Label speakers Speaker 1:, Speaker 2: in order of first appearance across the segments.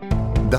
Speaker 1: The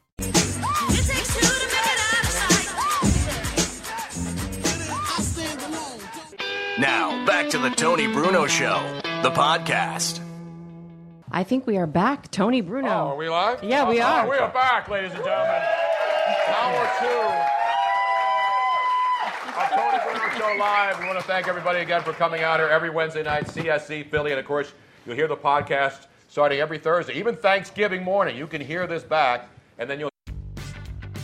Speaker 2: It takes two to make an
Speaker 3: Now, back to the Tony Bruno Show, the podcast.
Speaker 4: I think we are back. Tony Bruno.
Speaker 5: Oh, are we live?
Speaker 4: Yeah, we
Speaker 5: Oh,
Speaker 4: are.
Speaker 5: We are back, ladies and gentlemen. Hour two. Our Tony Bruno Show live. We want to thank everybody again for coming out here every Wednesday night, CSC Philly, and of course, you'll hear the podcast starting every Thursday, even Thanksgiving morning. You can hear this back, and then you'll.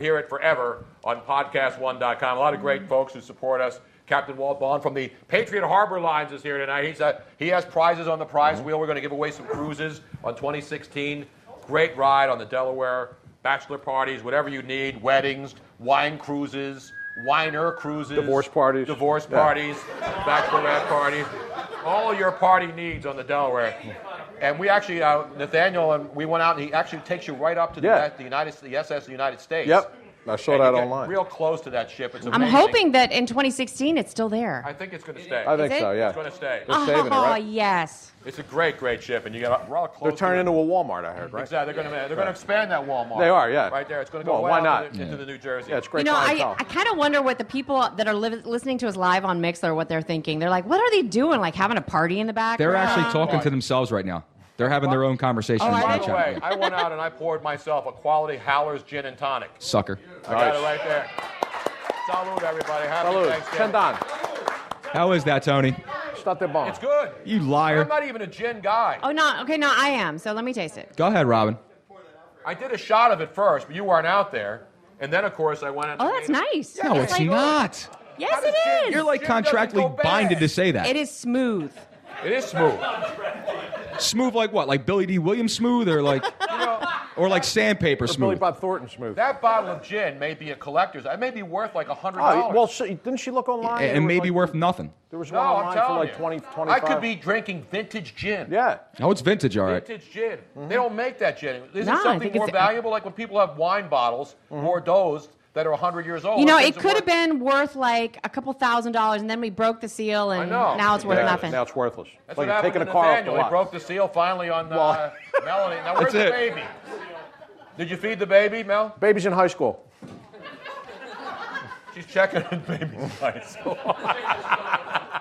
Speaker 5: hear it forever on podcast1.com. A lot of great folks who support us. Captain Walt Bond from the Patriot Harbor Lines is here tonight. He's uh, he has prizes on the prize wheel. We're going to give away some cruises on 2016. Great ride on the Delaware. Bachelor parties, whatever you need, weddings, wine cruises, winer cruises,
Speaker 6: Divorce parties.
Speaker 5: divorce
Speaker 6: Yeah.
Speaker 5: parties, bachelorette parties, all your party needs on the Delaware. And we actually, uh, Nathaniel, and we went out, and he actually takes you right up to the,
Speaker 6: Yeah.
Speaker 5: the United, the SS, the United States.
Speaker 6: Yep. I saw
Speaker 5: And you
Speaker 6: that
Speaker 5: get
Speaker 6: online.
Speaker 5: Real close to that ship. It's
Speaker 4: I'm
Speaker 5: amazing.
Speaker 4: hoping that in 2016 it's still there.
Speaker 5: I think it's going to stay.
Speaker 6: I think
Speaker 4: Is it?
Speaker 6: so, yeah.
Speaker 5: it's going to stay.
Speaker 6: They're saving it,
Speaker 4: oh,
Speaker 6: right?
Speaker 4: yes.
Speaker 5: It's a great, great ship, and you got we're all close.
Speaker 6: They're turning into
Speaker 5: to
Speaker 6: a
Speaker 5: it.
Speaker 6: Walmart, I heard, right?
Speaker 5: Exactly. They're going to they're going to expand that Walmart.
Speaker 6: They are, yeah.
Speaker 5: Right there. It's going to go
Speaker 6: Well,
Speaker 5: way
Speaker 6: why
Speaker 5: out
Speaker 6: not?
Speaker 5: into, the, into the New Jersey.
Speaker 6: Yeah, it's great
Speaker 4: You know, I,
Speaker 6: clientele.
Speaker 4: I kind of wonder what the people that are liv- listening to us live on Mixler, what they're thinking. They're like, what are they doing? Like having a party in the Oh. back?
Speaker 7: They're actually talking
Speaker 5: Right.
Speaker 7: to themselves right now. They're having their own conversation
Speaker 4: Oh,
Speaker 7: with
Speaker 4: I
Speaker 5: By
Speaker 7: each
Speaker 5: the
Speaker 4: didn't-
Speaker 7: other.
Speaker 5: way, I went out and I poured myself a quality Howler's gin and tonic.
Speaker 7: Sucker.
Speaker 5: I got
Speaker 6: Nice.
Speaker 5: it right there. Salute, everybody. Happy
Speaker 6: Salud.
Speaker 5: Thanksgiving.
Speaker 6: Tendon.
Speaker 7: How is that, Tony?
Speaker 6: Stop the bomb.
Speaker 5: It's good.
Speaker 7: You liar.
Speaker 5: I'm not even a gin guy.
Speaker 4: Oh, no. Okay, no, I am. So let me taste it.
Speaker 7: Go ahead, Robin.
Speaker 5: I did a shot of it first, but you weren't out there. And then, of course, I went. out
Speaker 4: Oh,
Speaker 5: to
Speaker 4: that's
Speaker 5: meet-
Speaker 4: nice.
Speaker 7: No, it's
Speaker 4: like-
Speaker 7: not.
Speaker 4: Yes,
Speaker 5: does gin-
Speaker 4: it is.
Speaker 7: You're like
Speaker 5: Jim doesn't
Speaker 7: contractually
Speaker 5: go bad.
Speaker 7: binded to say that.
Speaker 4: it is smooth.
Speaker 5: It is smooth.
Speaker 7: Smooth like what? Like Billy D. Williams smooth, or like, or like sandpaper
Speaker 6: It's Billy
Speaker 7: smooth?
Speaker 6: Bob Thornton smooth.
Speaker 5: That bottle of gin may be a collector's. It may be worth like a hundred
Speaker 6: oh,
Speaker 5: dollars.
Speaker 6: well, she, didn't she look online?
Speaker 7: And,
Speaker 6: There
Speaker 7: and
Speaker 6: was
Speaker 7: maybe
Speaker 6: like-
Speaker 7: worth nothing.
Speaker 6: There was
Speaker 5: no,
Speaker 6: one
Speaker 5: I'm
Speaker 6: online for
Speaker 5: telling
Speaker 6: like
Speaker 5: you,
Speaker 6: 20, 25.
Speaker 5: I could be drinking vintage gin.
Speaker 6: Yeah.
Speaker 7: Oh, it's vintage, all right.
Speaker 5: Vintage gin. They don't make that gin. Isn't
Speaker 4: No, I
Speaker 5: something
Speaker 4: think
Speaker 5: more
Speaker 4: it's-
Speaker 5: valuable? Like when people have wine bottles,
Speaker 6: Mm-hmm.
Speaker 5: Bordeaux's that are 100 years old.
Speaker 4: You know,
Speaker 5: those
Speaker 4: it
Speaker 5: things are
Speaker 4: could have
Speaker 5: Oh, worth-
Speaker 4: been worth like a couple thousand dollars, and then we broke the seal, and
Speaker 5: know.
Speaker 4: now it's worth
Speaker 6: Yeah,
Speaker 4: nothing.
Speaker 6: Now it's worthless.
Speaker 5: That's
Speaker 6: like
Speaker 5: what happened
Speaker 6: taking
Speaker 5: to
Speaker 6: a car off the
Speaker 5: Nathaniel. He
Speaker 6: lot.
Speaker 5: broke the seal finally on uh,
Speaker 6: Well-
Speaker 5: Melanie. Now, where's
Speaker 7: That's
Speaker 5: the
Speaker 7: it.
Speaker 5: baby? Did you feed the baby, Mel?
Speaker 6: Babies in high school.
Speaker 5: She's checking the baby's eyes.
Speaker 6: Oh, it's
Speaker 5: I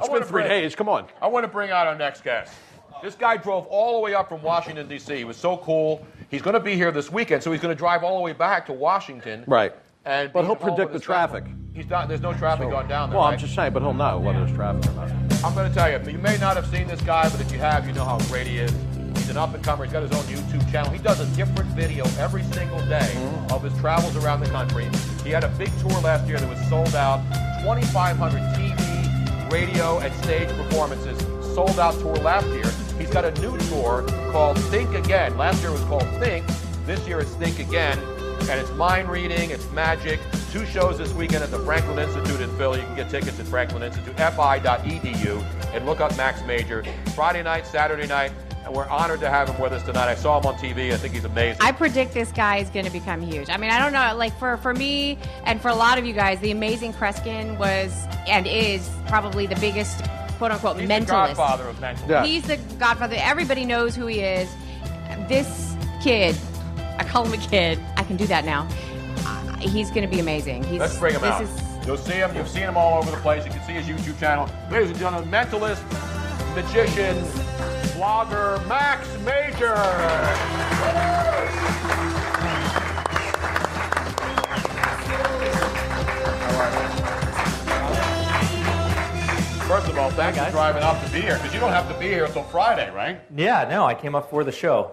Speaker 6: been
Speaker 5: wanna
Speaker 6: three
Speaker 5: break.
Speaker 6: days. Come on.
Speaker 5: I want to bring out our next guest. This guy drove all the way up from Washington, D.C. He was so cool. He's going to be here this weekend, so he's going to drive all the way back to Washington.
Speaker 6: Right.
Speaker 5: And
Speaker 6: But
Speaker 5: be
Speaker 6: he'll
Speaker 5: home with
Speaker 6: predict the
Speaker 5: his family.
Speaker 6: traffic.
Speaker 5: He's not. There's no traffic going down there.
Speaker 6: Well, I'm
Speaker 5: right?
Speaker 6: just saying, but he'll know whether it's traffic or not.
Speaker 5: I'm going to tell you. You may not have seen this guy, but if you have, you know how great he is. He He's an up and comer. He's got his own YouTube channel. He does a different video every single day of his travels around the country. He had a big tour last year that was sold out. 2,500 TV, radio, and stage performances. Sold out tour last year. He's got a new tour called Think Again. Last year it was called Think. This year it's Think Again. And it's mind reading, it's magic. Two shows this weekend at the Franklin Institute in Philly. You can get tickets at franklininstitutefi.edu E and look up Max Major. Friday night, Saturday night, and we're honored to have him with us tonight. I saw him on TV. I think he's amazing.
Speaker 4: I predict this guy is going to become huge. I mean, I don't know. Like for for me and for a lot of you guys, the amazing Kreskin was and is probably the biggest quote unquote
Speaker 5: he's the
Speaker 4: mentalist.
Speaker 5: godfather of mental.
Speaker 6: Yeah.
Speaker 4: He's the godfather. Everybody knows who he is. This kid, I call him a kid. I can do that now. Uh, He's going to be amazing. He's,
Speaker 5: Let's bring him
Speaker 4: this
Speaker 5: out.
Speaker 4: is-
Speaker 5: You'll see him. You've seen him all over the place. You can see his YouTube channel. Ladies and gentlemen, mentalist, magician, vlogger, Max Major. First of all, thanks for driving up to be here because you don't have to be here until Friday, right?
Speaker 8: Yeah, no, I came up for the show.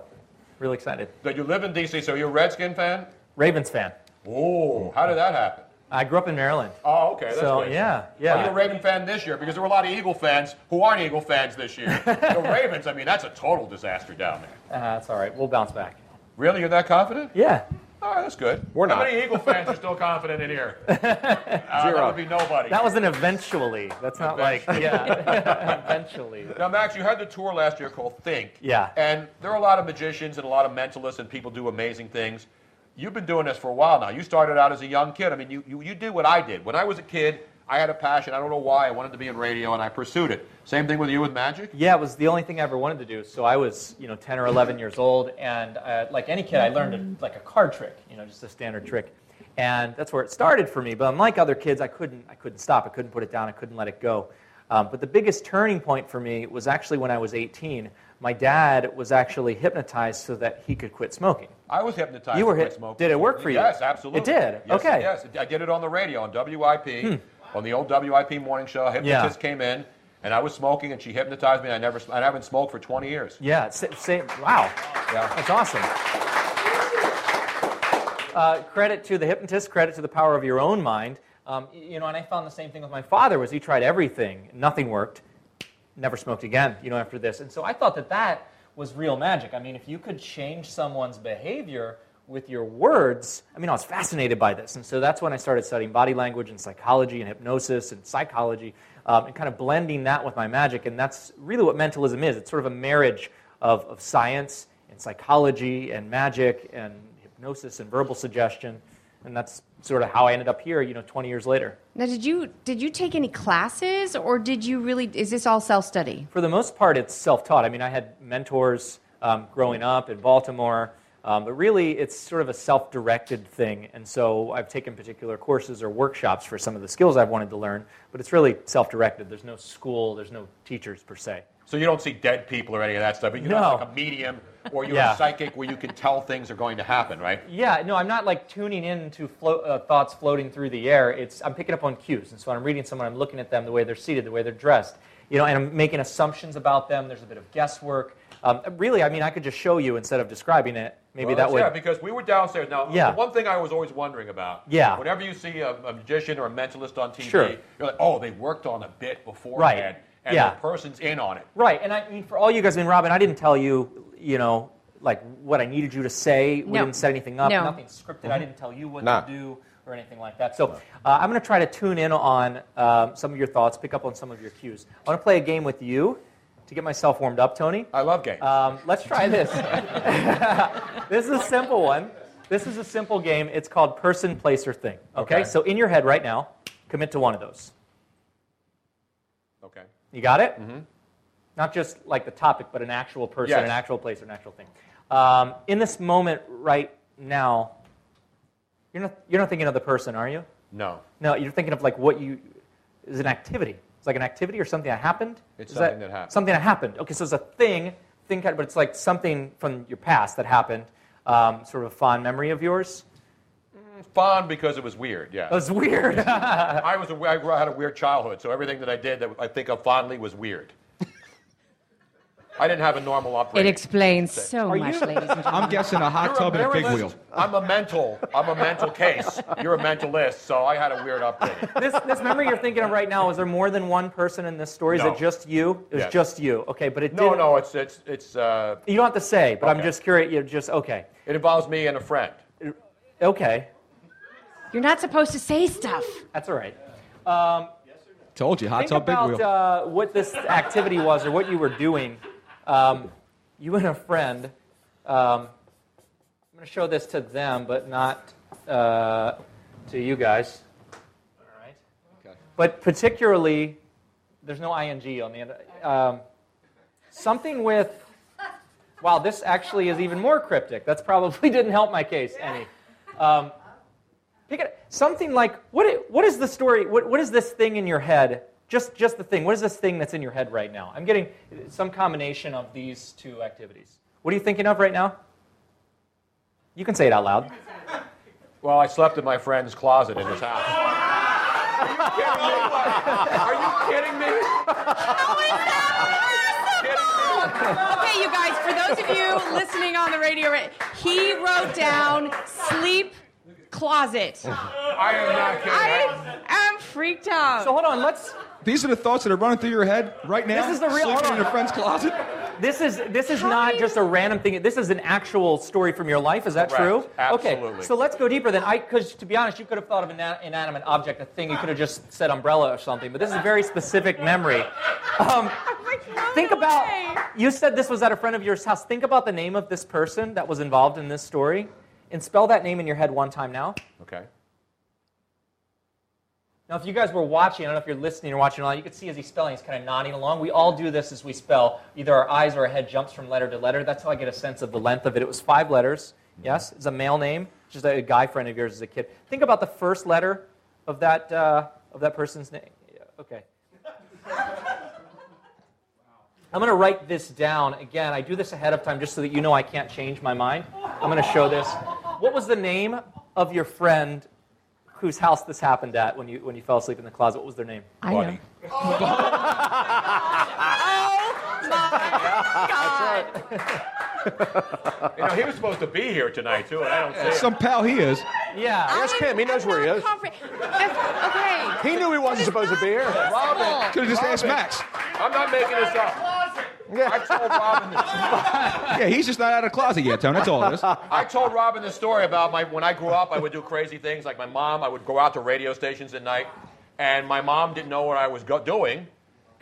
Speaker 8: Really excited.
Speaker 5: But you live in D.C., so you're a Redskin fan?
Speaker 8: Ravens fan.
Speaker 5: Oh, how did that happen?
Speaker 8: I grew up in Maryland.
Speaker 5: Oh, okay. That's
Speaker 8: So,
Speaker 5: good.
Speaker 8: yeah, yeah.
Speaker 5: Are you a Raven fan this year? Because there were a lot of Eagle fans who aren't Eagle fans this year. the Ravens, I mean, that's a total disaster down there.
Speaker 8: Uh, that's all right. We'll bounce back.
Speaker 5: Really, you're that confident?
Speaker 8: Yeah.
Speaker 5: All right, that's good.
Speaker 6: We're
Speaker 5: How
Speaker 6: not.
Speaker 5: many Eagle fans are still confident in here? Uh, That
Speaker 6: Zero.
Speaker 5: would be nobody.
Speaker 8: That was an eventually. That's not like, yeah. eventually.
Speaker 5: Now, Max, you had the tour last year called Think.
Speaker 8: Yeah.
Speaker 5: And there are a lot of magicians and a lot of mentalists and people do amazing things. You've been doing this for a while now. You started out as a young kid. I mean, you, you, you did what I did. When I was a kid, I had a passion. I don't know why. I wanted to be in radio and I pursued it. Same thing with you with magic?
Speaker 8: Yeah, it was the only thing I ever wanted to do. So I was, you know, 10 or 11 years old, and uh, like any kid, I learned a, like a card trick, you know, just a standard trick, and that's where it started for me. But unlike other kids, I couldn't, I couldn't stop. I couldn't put it down. I couldn't let it go. Um, but the biggest turning point for me was actually when I was 18. My dad was actually hypnotized so that he could quit smoking.
Speaker 5: I was hypnotized.
Speaker 8: You were
Speaker 5: to quit
Speaker 8: hyp-
Speaker 5: smoking.
Speaker 8: did it work for you?
Speaker 5: Yes, absolutely.
Speaker 8: It did?
Speaker 5: Yes,
Speaker 8: Okay. Hmm.
Speaker 5: Yes, I did it on the radio on WIP, on the old WIP morning show. A hypnotist
Speaker 8: Yeah.
Speaker 5: came in, and I was smoking, and she hypnotized me. And I never, I haven't smoked for 20 years.
Speaker 8: Yeah, sa- same. Wow.
Speaker 5: Yeah.
Speaker 8: That's awesome. Uh, credit to the hypnotist, credit to the power of your own mind. Um, y- you know, and I found the same thing with my father was he tried everything, nothing worked, never smoked again, you know, after this. And so I thought that that was real magic. I mean, if you could change someone's behavior with your words, I mean, I was fascinated by this. And so that's when I started studying body language and psychology and hypnosis and psychology um, and kind of blending that with my magic. And that's really what mentalism is. It's sort of a marriage of, of science and psychology and magic and hypnosis and verbal suggestion. And that's sort of how I ended up here, you know, 20 years later.
Speaker 4: Now, did you did you take any classes or did you really? Is this all self study?
Speaker 8: for the most part, it's self-taught. I mean, I had mentors um, growing up in Baltimore, um, but really, it's sort of a self-directed thing. And so, I've taken particular courses or workshops for some of the skills I've wanted to learn, but it's really self-directed. There's no school, there's no teachers per se.
Speaker 5: So you don't see dead people or any of that stuff. But you
Speaker 8: No.
Speaker 5: know, like a medium, or you're
Speaker 8: Yeah.
Speaker 5: a psychic, where you can tell things are going to happen, right?
Speaker 8: Yeah, no, I'm not like tuning in to flo- uh, thoughts floating through the air. It's I'm picking up on cues, and so when I'm reading someone, I'm looking at them, the way they're seated, the way they're dressed, you know, and I'm making assumptions about them. There's a bit of guesswork. Um, really, I mean, I could just show you instead of describing it. Maybe
Speaker 5: Well,
Speaker 8: that
Speaker 5: that's-
Speaker 8: would.
Speaker 5: Yeah, because we were downstairs. Now,
Speaker 8: Yeah.
Speaker 5: the one thing I was always wondering about.
Speaker 8: Yeah.
Speaker 5: Whenever you see a, a magician or a mentalist on TV,
Speaker 8: Sure.
Speaker 5: you're like, oh, they worked on a bit beforehand, and
Speaker 8: Yeah.
Speaker 5: the person's in on it.
Speaker 8: Right, and I mean for all you guys, I mean Robin, I didn't tell you, you know, like what I needed you to say. We
Speaker 4: No.
Speaker 8: didn't set anything up.
Speaker 4: No.
Speaker 8: Nothing scripted.
Speaker 5: Mm-hmm.
Speaker 8: I didn't tell you what
Speaker 6: Nah.
Speaker 8: to do or anything like that. So uh, I'm going to try to tune in on um, some of your thoughts, pick up on some of your cues. I want to play a game with you to get myself warmed up, Tony.
Speaker 5: I love games.
Speaker 8: Um, let's try this. this is a simple one. This is a simple game. It's called person, place, or thing.
Speaker 5: Okay.
Speaker 8: okay. So in your head right now, commit to one of those.
Speaker 5: okay.
Speaker 8: You got it? Mm-hmm. Not just like the topic, but an actual person,
Speaker 5: Yes.
Speaker 8: an actual place, or an actual thing. Um, in this moment right now, you're not, you're not thinking of the person, are you?
Speaker 5: No.
Speaker 8: No, you're thinking of like what you is an activity. It's like an activity or something that happened.
Speaker 5: It's
Speaker 8: Is
Speaker 5: something that happened.
Speaker 8: Something that happened. Okay, so it's a thing, thing, kind of- but it's like something from your past that happened, um, sort of a fond memory of yours.
Speaker 5: Fun because it was weird. Yeah.
Speaker 8: That was weird.
Speaker 5: I was a, I grew- I had a weird childhood, so everything that I did that I think of fondly was weird. I didn't have a normal upbringing.
Speaker 4: It explains so
Speaker 5: Are
Speaker 4: much,
Speaker 5: you-
Speaker 4: ladies and gentlemen.
Speaker 7: I'm guessing a hot
Speaker 5: You're
Speaker 7: tub and a big
Speaker 5: minimalist.
Speaker 7: wheel.
Speaker 5: I'm a mental. I'm a mental case. You're a mentalist, so I had a weird upbringing.
Speaker 8: this, this memory you're thinking of right now, is there more than one person in this story?
Speaker 5: No.
Speaker 8: Is it just you? It was
Speaker 5: Yes.
Speaker 8: just you. Okay, but it
Speaker 5: No,
Speaker 8: did.
Speaker 5: no, it's it's it's. Uh,
Speaker 8: You don't have to say, but I'm
Speaker 5: Okay.
Speaker 8: just curious. You're just, okay.
Speaker 5: it involves me and a friend.
Speaker 8: Okay.
Speaker 4: You're not supposed to say stuff.
Speaker 8: That's all right. Um,
Speaker 7: Told you, hot
Speaker 8: Think
Speaker 7: tub, big
Speaker 8: about
Speaker 7: wheel.
Speaker 8: uh, what this activity was or what you were doing. Um, you and a friend. Um, I'm going to show this to them, but not uh, to you guys. All right. But particularly, there's no ing on the end. Um, something with. Wow, this actually is even more cryptic. That's probably didn't help my case any. Um, pick it, something like what? i- What is the story? What, what is this thing in your head? Just, just the thing. What is this thing that's in your head right now? I'm getting some combination of these two activities. What are you thinking of right now? You can say it out loud.
Speaker 5: Well, I slept in my friend's closet in his house. Are you kidding me?
Speaker 4: Okay, you guys, for those of you listening on the radio, right- he wrote down sleep closet.
Speaker 5: I am not kidding.
Speaker 4: I am freaked out.
Speaker 8: So hold on. Let's.
Speaker 7: These are the thoughts that are running through your head right now.
Speaker 8: This is the real-
Speaker 7: Sleeping
Speaker 8: hold
Speaker 7: in
Speaker 8: on.
Speaker 7: your friend's closet.
Speaker 8: This is this is
Speaker 4: How do
Speaker 8: not
Speaker 4: you-
Speaker 8: just a random thing. This is an actual story from your life. Is that
Speaker 5: Correct.
Speaker 8: true?
Speaker 5: Absolutely.
Speaker 8: Okay. So let's go deeper then. I because to be honest, you could have thought of an ina- inanimate object, a thing. You could have just said umbrella or something. But this is a very specific memory. Um, Think about you said this was at a friend of yours house. Think about the name of this person that was involved in this story, and spell that name in your head one time now.
Speaker 5: Okay.
Speaker 8: Now, if you guys were watching, I don't know if you're listening or watching online, you could see as he's spelling, he's kind of nodding along. We all do this as we spell. Either our eyes or our head jumps from letter to letter. That's how I get a sense of the length of it. It was five letters. Yes, it's a male name, just a guy friend of yours as a kid. Think about the first letter of that uh, of that person's name. Yeah, Okay. I'm going to write this down again. I do this ahead of time just so that you know I can't change my mind. I'm going to show this. What was the name of your friend whose house this happened at when you when you fell asleep in the closet. What was their name?
Speaker 4: I know.
Speaker 5: You know, he was supposed to be here tonight too, and I don't see him.
Speaker 7: Some pal he is.
Speaker 8: Yeah.
Speaker 6: Ask him. He knows where he is.
Speaker 4: okay.
Speaker 6: He knew he wasn't supposed to be here.
Speaker 5: Robin,
Speaker 7: Could have just asked
Speaker 5: Robin.
Speaker 7: Max.
Speaker 5: I'm not making this up. I told Robin this.
Speaker 7: Yeah, he's just not out of the closet yet, Tony. That's all it is.
Speaker 5: I told Robin the story about my when I grew up, I would do crazy things. Like my mom, I would go out to radio stations at night, and my mom didn't know what I was go- doing,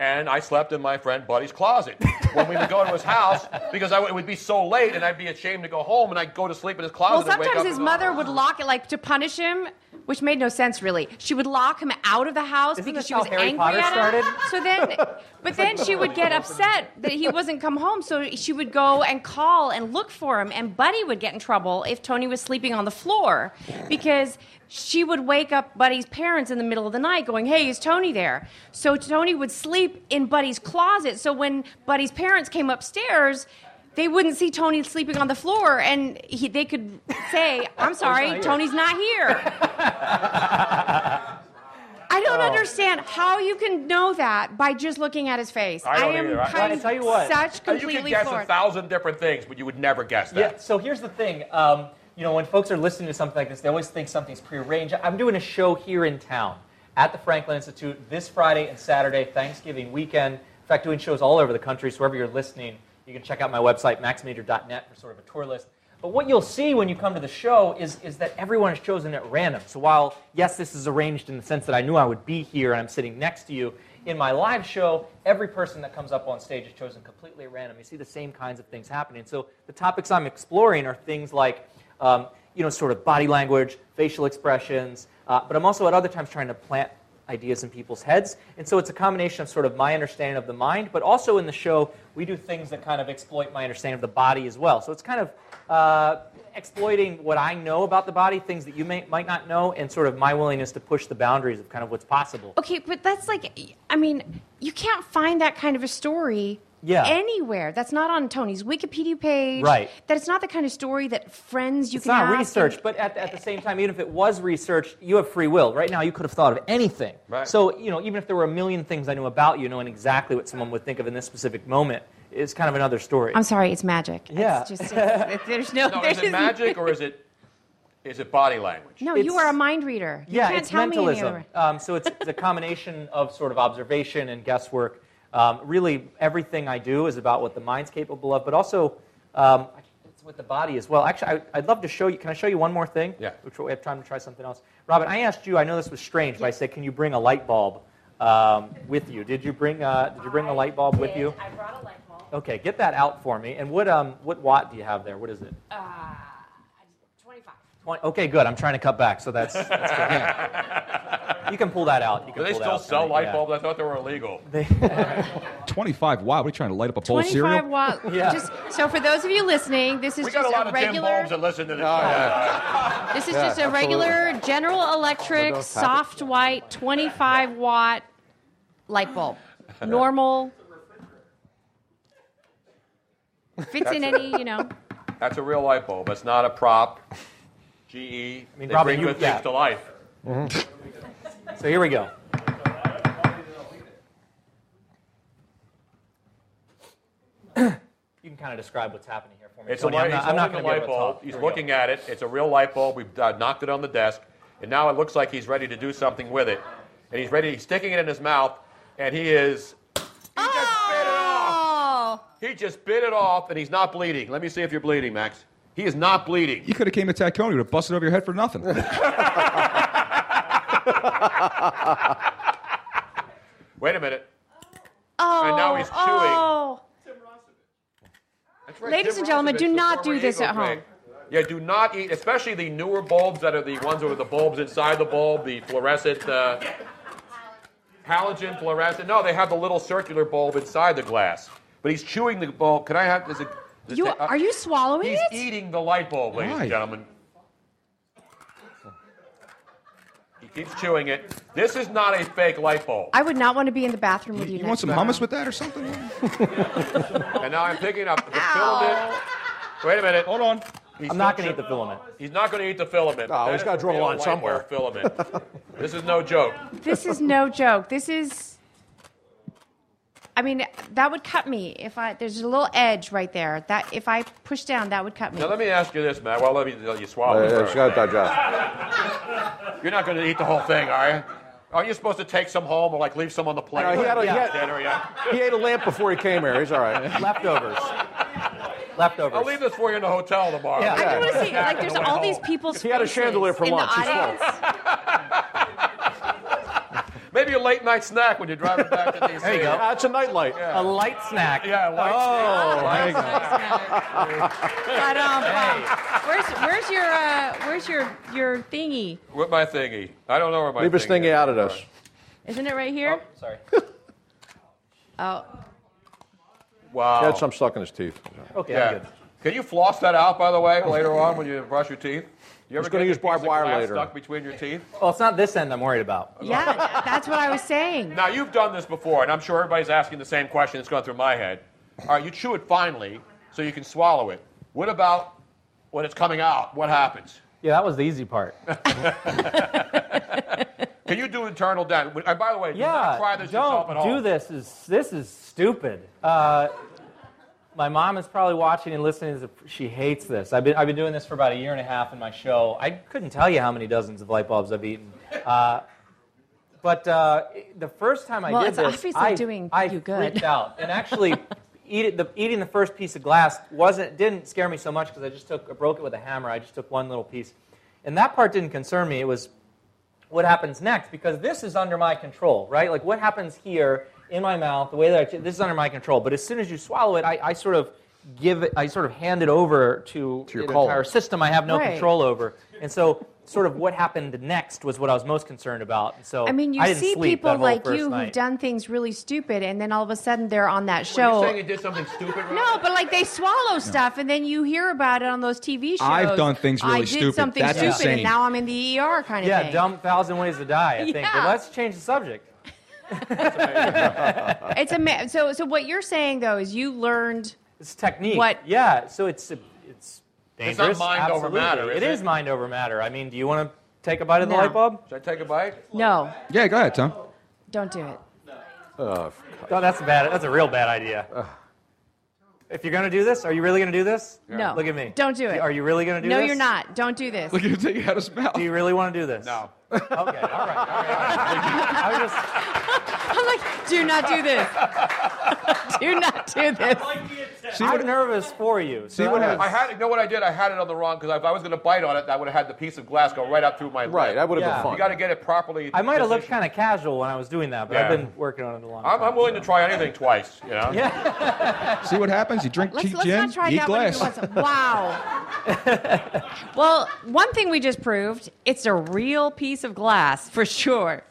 Speaker 5: and I slept in my friend Buddy's closet when we would go to his house because I w- it would be so late, and I'd be ashamed to go home, and I'd go to sleep in his closet.
Speaker 4: Well,
Speaker 5: and wake
Speaker 4: sometimes
Speaker 5: up
Speaker 4: his
Speaker 5: and-
Speaker 8: "Ah."
Speaker 4: mother would lock it, like to punish him, which made no sense really. She would lock him out of the house
Speaker 8: Isn't
Speaker 4: because
Speaker 8: this
Speaker 4: she
Speaker 8: how
Speaker 4: was
Speaker 8: Harry
Speaker 4: angry
Speaker 8: Potter
Speaker 4: at him.
Speaker 8: started?
Speaker 4: So then, but then she would get upset that he wasn't come home. So she would go and call and look for him, and Buddy would get in trouble if Tony was sleeping on the floor because she would wake up Buddy's parents in the middle of the night, going, "Hey, is Tony there?" So Tony would sleep in Buddy's closet. So when Buddy's parents came upstairs. They wouldn't see Tony sleeping on the floor, and he, they could say, "I'm sorry,
Speaker 8: here."
Speaker 4: Tony's not here." I don't
Speaker 5: Oh.
Speaker 4: understand how you can know that by just looking at his face.
Speaker 5: I don't
Speaker 4: am
Speaker 5: either. I-
Speaker 4: kind
Speaker 8: I
Speaker 4: of
Speaker 8: tell you what.
Speaker 4: such
Speaker 5: Now, you
Speaker 4: completely
Speaker 5: could guess a
Speaker 4: floored.
Speaker 5: thousand different things, but you would never guess that.
Speaker 8: Yeah. So here's the thing. Um, you know, when folks are listening to something like this, they always think something's prearranged. I'm doing a show here in town at the Franklin Institute this Friday and Saturday, Thanksgiving weekend. In fact, doing shows all over the country. So wherever you're listening, you can check out my website, maxmajor.net, for sort of a tour list. But what you'll see when you come to the show is, is that everyone is chosen at random. So while, yes, this is arranged in the sense that I knew I would be here and I'm sitting next to you, in my live show, every person that comes up on stage is chosen completely at random. You see the same kinds of things happening. So the topics I'm exploring are things like, um, you know, sort of body language, facial expressions, uh, but I'm also at other times trying to plant ideas in people's heads. And so it's a combination of sort of my understanding of the mind, but also in the show, we do things that kind of exploit my understanding of the body as well. So it's kind of uh, exploiting what I know about the body, things that you may, might not know, and sort of my willingness to push the boundaries of kind of what's possible.
Speaker 4: Okay, but that's like, I mean, you can't find that kind of a story
Speaker 8: Yeah.
Speaker 4: anywhere. That's not on Tony's Wikipedia page.
Speaker 8: Right.
Speaker 4: That it's not the kind of story that friends you
Speaker 8: It's
Speaker 4: can
Speaker 8: not
Speaker 4: ask
Speaker 8: research,
Speaker 4: and-
Speaker 8: but at, at the same time, even if it was research, you have free will. Right now, you could have thought of anything.
Speaker 5: Right.
Speaker 8: So, you know, even if there were a million things I knew about you, knowing exactly what someone would think of in this specific moment is kind of another story.
Speaker 4: I'm sorry, it's magic.
Speaker 8: Yeah.
Speaker 4: It's just, it's- there's no,
Speaker 5: No,
Speaker 4: there's
Speaker 5: is it magic or is it is it body language?
Speaker 4: No, you
Speaker 8: It's-
Speaker 4: are a mind reader. You
Speaker 8: yeah,
Speaker 4: can't
Speaker 8: it's
Speaker 4: tell me any
Speaker 8: mentalism.
Speaker 4: other way.
Speaker 8: um, so it's the combination of sort of observation and guesswork. Um, really, everything I do is about what the mind's capable of, but also um, it's with the body as well. Actually, I, I'd love to show you. Can I show you one more thing?
Speaker 5: Yeah.
Speaker 8: Which we have time to try something else. Robin, I asked you. I know this was strange, but I said, can you bring a light bulb um, with you? Did you bring? Uh, did you bring a light bulb with you?
Speaker 4: I brought a light bulb.
Speaker 8: Okay, get that out for me. And what um, what watt do you have there? What is it?
Speaker 9: Uh,
Speaker 4: 25.
Speaker 8: Point- Okay, good. I'm trying to cut back, so that's, that's good. you can pull that out. You can
Speaker 5: Do they
Speaker 8: pull that
Speaker 5: still
Speaker 8: out for
Speaker 5: sell
Speaker 8: me,
Speaker 5: light
Speaker 8: yeah.
Speaker 5: bulbs? I thought they were illegal.
Speaker 7: 25 Wow, What are you trying to light up a bowl of
Speaker 4: 25
Speaker 7: cereal?
Speaker 4: watt.
Speaker 8: Yeah.
Speaker 4: Just, so for those of you listening, this is
Speaker 5: we
Speaker 4: just
Speaker 5: got a lot of Tim
Speaker 4: regular.
Speaker 5: bulbs that listen to this.
Speaker 8: Oh,
Speaker 4: This is just a regular General Electric soft white 25 watt light bulb. Normal. Fits in any, you know.
Speaker 5: That's a real light bulb. It's not a prop. GE. I mean, they
Speaker 8: Robin,
Speaker 5: bring
Speaker 8: you-
Speaker 5: good
Speaker 8: yeah.
Speaker 5: things to life.
Speaker 8: So here we go. you can kind of describe what's happening here for me.
Speaker 5: It's
Speaker 8: Tony.
Speaker 5: a light.
Speaker 8: I'm not,
Speaker 5: he's
Speaker 8: I'm not
Speaker 5: holding
Speaker 8: going
Speaker 5: the
Speaker 8: to
Speaker 5: light
Speaker 8: be able to
Speaker 5: bulb.
Speaker 8: talk.
Speaker 5: He's
Speaker 8: Here we go.
Speaker 5: looking at it. It's a real light bulb. We've uh, knocked it on the desk, and now it looks like he's ready to do something with it. And he's ready. He's sticking it in his mouth, and he is. He just bit it off.
Speaker 4: Oh!
Speaker 5: He just bit it off, and he's not bleeding. Let me see if you're bleeding, Max. He is not bleeding.
Speaker 7: You could have came to Tacony, would have busted over your head for nothing.
Speaker 5: Wait a minute.
Speaker 4: Oh!
Speaker 5: And now he's chewing.
Speaker 4: Oh!
Speaker 5: That's right,
Speaker 4: Ladies
Speaker 5: Jim
Speaker 4: and gentlemen,
Speaker 5: Rosovich,
Speaker 4: do
Speaker 5: the
Speaker 4: not
Speaker 5: former
Speaker 4: do this
Speaker 5: Eagle
Speaker 4: at home.
Speaker 5: pick. Yeah, do not eat, especially the newer bulbs that are the ones with the bulbs inside the bulb, the fluorescent, uh, halogen fluorescent. No, they have the little circular bulb inside the glass. But he's chewing the bulb. Can I have? Is it, is
Speaker 4: You,
Speaker 5: it- uh,
Speaker 4: are you swallowing
Speaker 5: He's
Speaker 4: it?
Speaker 5: eating the light bulb, ladies
Speaker 7: Why?
Speaker 5: and gentlemen. He keeps chewing it. This is not a fake light bulb.
Speaker 4: I would not want to be in the bathroom with you.
Speaker 7: you
Speaker 4: next
Speaker 7: want some
Speaker 4: time.
Speaker 7: hummus with that or something?
Speaker 5: And now I'm picking up the filament. Wait a minute.
Speaker 7: Hold on.
Speaker 5: He's
Speaker 8: I'm not
Speaker 5: still
Speaker 8: going to eat the
Speaker 5: chew-
Speaker 8: filament.
Speaker 5: He's not going to eat the filament.
Speaker 6: No,
Speaker 5: That
Speaker 6: he's
Speaker 5: is
Speaker 6: gotta
Speaker 5: the
Speaker 6: draw a
Speaker 5: real
Speaker 6: line
Speaker 5: light
Speaker 6: somewhere.
Speaker 5: bulb Filament. this is no joke.
Speaker 4: This is no joke. This is. I mean, that would cut me if I. There's a little edge right there. That if I push down, that would cut me.
Speaker 5: Now let me ask you this, Matt. Well, let me let you swallow.
Speaker 6: Yeah,
Speaker 5: it
Speaker 6: yeah,
Speaker 5: first.
Speaker 6: she got that dress.
Speaker 5: You're not going to eat the whole thing, are you? Are you supposed to take some home or like leave some on the plate?
Speaker 6: No, he had a- he had-
Speaker 5: Dinner, yeah.
Speaker 6: He ate a lamp before he came here. He's all right.
Speaker 8: Leftovers. Leftovers.
Speaker 5: I'll leave this for you in the hotel tomorrow.
Speaker 8: Yeah.
Speaker 4: I don't want to see. Like, there's all these people's.
Speaker 6: He had a
Speaker 4: faces
Speaker 6: chandelier for
Speaker 4: in the
Speaker 6: lunch. He's full.
Speaker 4: audience.
Speaker 5: Maybe a late night snack when you're driving back to DC.
Speaker 8: There you go.
Speaker 6: That's a nightlight.
Speaker 8: A light snack.
Speaker 5: Yeah, light
Speaker 8: oh.
Speaker 5: snack.
Speaker 4: But um, where's where's your uh, where's your your thingy?
Speaker 5: With my thingy. I don't know where my
Speaker 6: Leave his
Speaker 5: thingy
Speaker 6: thingy
Speaker 5: is.
Speaker 6: out of this.
Speaker 4: Isn't it right here?
Speaker 8: Sorry.
Speaker 4: Oh,
Speaker 6: He
Speaker 5: Wow.
Speaker 6: had some stuck in his teeth.
Speaker 8: Okay, I'm
Speaker 5: Yeah.
Speaker 8: good.
Speaker 5: Can you floss that out, by the way, later on when you brush your teeth? You ever
Speaker 6: gonna
Speaker 5: get
Speaker 6: use
Speaker 5: the piece
Speaker 6: barbed
Speaker 5: of
Speaker 6: wire
Speaker 5: glass
Speaker 6: later.
Speaker 5: Stuck between your teeth.
Speaker 8: Well, it's not this end I'm worried about.
Speaker 4: yeah, that's what I was saying.
Speaker 5: Now you've done this before, and I'm sure everybody's asking the same question that's gone through my head. All right, you chew it finely, so you can swallow it. What about when it's coming out? What happens?
Speaker 8: Yeah, that was the easy part.
Speaker 5: Can you do internal down? And by the way, do
Speaker 8: Yeah,
Speaker 5: not try this yourself at
Speaker 8: don't
Speaker 5: home.
Speaker 8: do this. Is this is stupid? Uh, my mom is probably watching and listening. To, this. she hates this. I've been I've been doing this for about a year and a half in my show. I couldn't tell you how many dozens of light bulbs I've eaten. Uh, but uh, the first time I
Speaker 4: Well,
Speaker 8: did
Speaker 4: it's
Speaker 8: this,
Speaker 4: obviously
Speaker 8: I,
Speaker 4: doing
Speaker 8: I
Speaker 4: you good.
Speaker 8: freaked out. And actually, eat it, the, eating the first piece of glass wasn't didn't scare me so much because I just took I broke it with a hammer. I just took one little piece, and that part didn't concern me. It was what happens next because this is under my control, right? Like what happens here in my mouth, the way that I, this is under my control. But as soon as you swallow it, I, I sort of give it, I sort of hand it over to,
Speaker 6: To your
Speaker 8: an
Speaker 6: colon.
Speaker 8: entire system I have no
Speaker 4: Right.
Speaker 8: control over. And so, sort of what happened next was what I was most concerned about. And so,
Speaker 4: I mean, you
Speaker 8: didn't
Speaker 4: see
Speaker 8: sleep
Speaker 4: people
Speaker 8: that whole
Speaker 4: like
Speaker 8: first
Speaker 4: you
Speaker 8: night.
Speaker 4: who've done things really stupid, and then all of a sudden they're on that
Speaker 5: Are you
Speaker 4: show.
Speaker 5: saying you did something stupid? Right?
Speaker 4: No, but like they swallow stuff, and then you hear about it on those TV shows.
Speaker 7: I've done things
Speaker 4: I
Speaker 7: really
Speaker 4: did
Speaker 7: stupid.
Speaker 4: something
Speaker 7: That's
Speaker 4: stupid, and
Speaker 7: insane.
Speaker 4: now I'm in the ER kind of
Speaker 8: Yeah,
Speaker 4: thing.
Speaker 8: dumb thousand ways to die. I think. But
Speaker 4: Yeah.
Speaker 8: let's change the subject.
Speaker 4: It's a ma- so so. What you're saying though is you learned.
Speaker 8: It's technique.
Speaker 4: What-
Speaker 8: Yeah. So it's it's
Speaker 5: It's
Speaker 8: dangerous.
Speaker 5: not mind over
Speaker 8: absolutely.
Speaker 5: matter, is
Speaker 8: it is
Speaker 5: it?
Speaker 8: mind over matter. I mean, do you want to take a bite of the
Speaker 4: No.
Speaker 8: light bulb?
Speaker 5: Should I take a bite?
Speaker 4: No,
Speaker 7: yeah, go ahead, Tom.
Speaker 4: don't do it.
Speaker 8: Oh, that's a bad. That's a real bad idea. If you're going to do this, are you really going to do this?
Speaker 4: No.
Speaker 8: Look at me.
Speaker 4: Don't do it.
Speaker 8: Are you really going to do
Speaker 4: no,
Speaker 8: this?
Speaker 4: you're not. Don't do this.
Speaker 7: Look at him taking out his mouth. Do
Speaker 8: you really want to do this? No.
Speaker 4: I'm like, do not do this. do not do this.
Speaker 8: I'm nervous for you.
Speaker 5: See what I had. You know what I did? I had it on the wrong because if I was going to bite on it, I would have had the piece of glass go right up through my
Speaker 8: Right,
Speaker 5: lip.
Speaker 8: that would've been Yeah. fun.
Speaker 5: You got to get it properly.
Speaker 8: I might have looked kind of casual when I was doing that, but I've
Speaker 5: Yeah.
Speaker 8: been working on it a long
Speaker 5: I'm, I'm willing to try anything twice. You know.
Speaker 8: Yeah.
Speaker 7: See what happens? You drink
Speaker 4: Let's,
Speaker 7: cheap
Speaker 4: let's
Speaker 7: gin,
Speaker 4: not try
Speaker 7: eat
Speaker 4: that
Speaker 7: glass.
Speaker 4: one. if we want some- Wow. well, one thing we just proved, it's a real piece of glass for sure.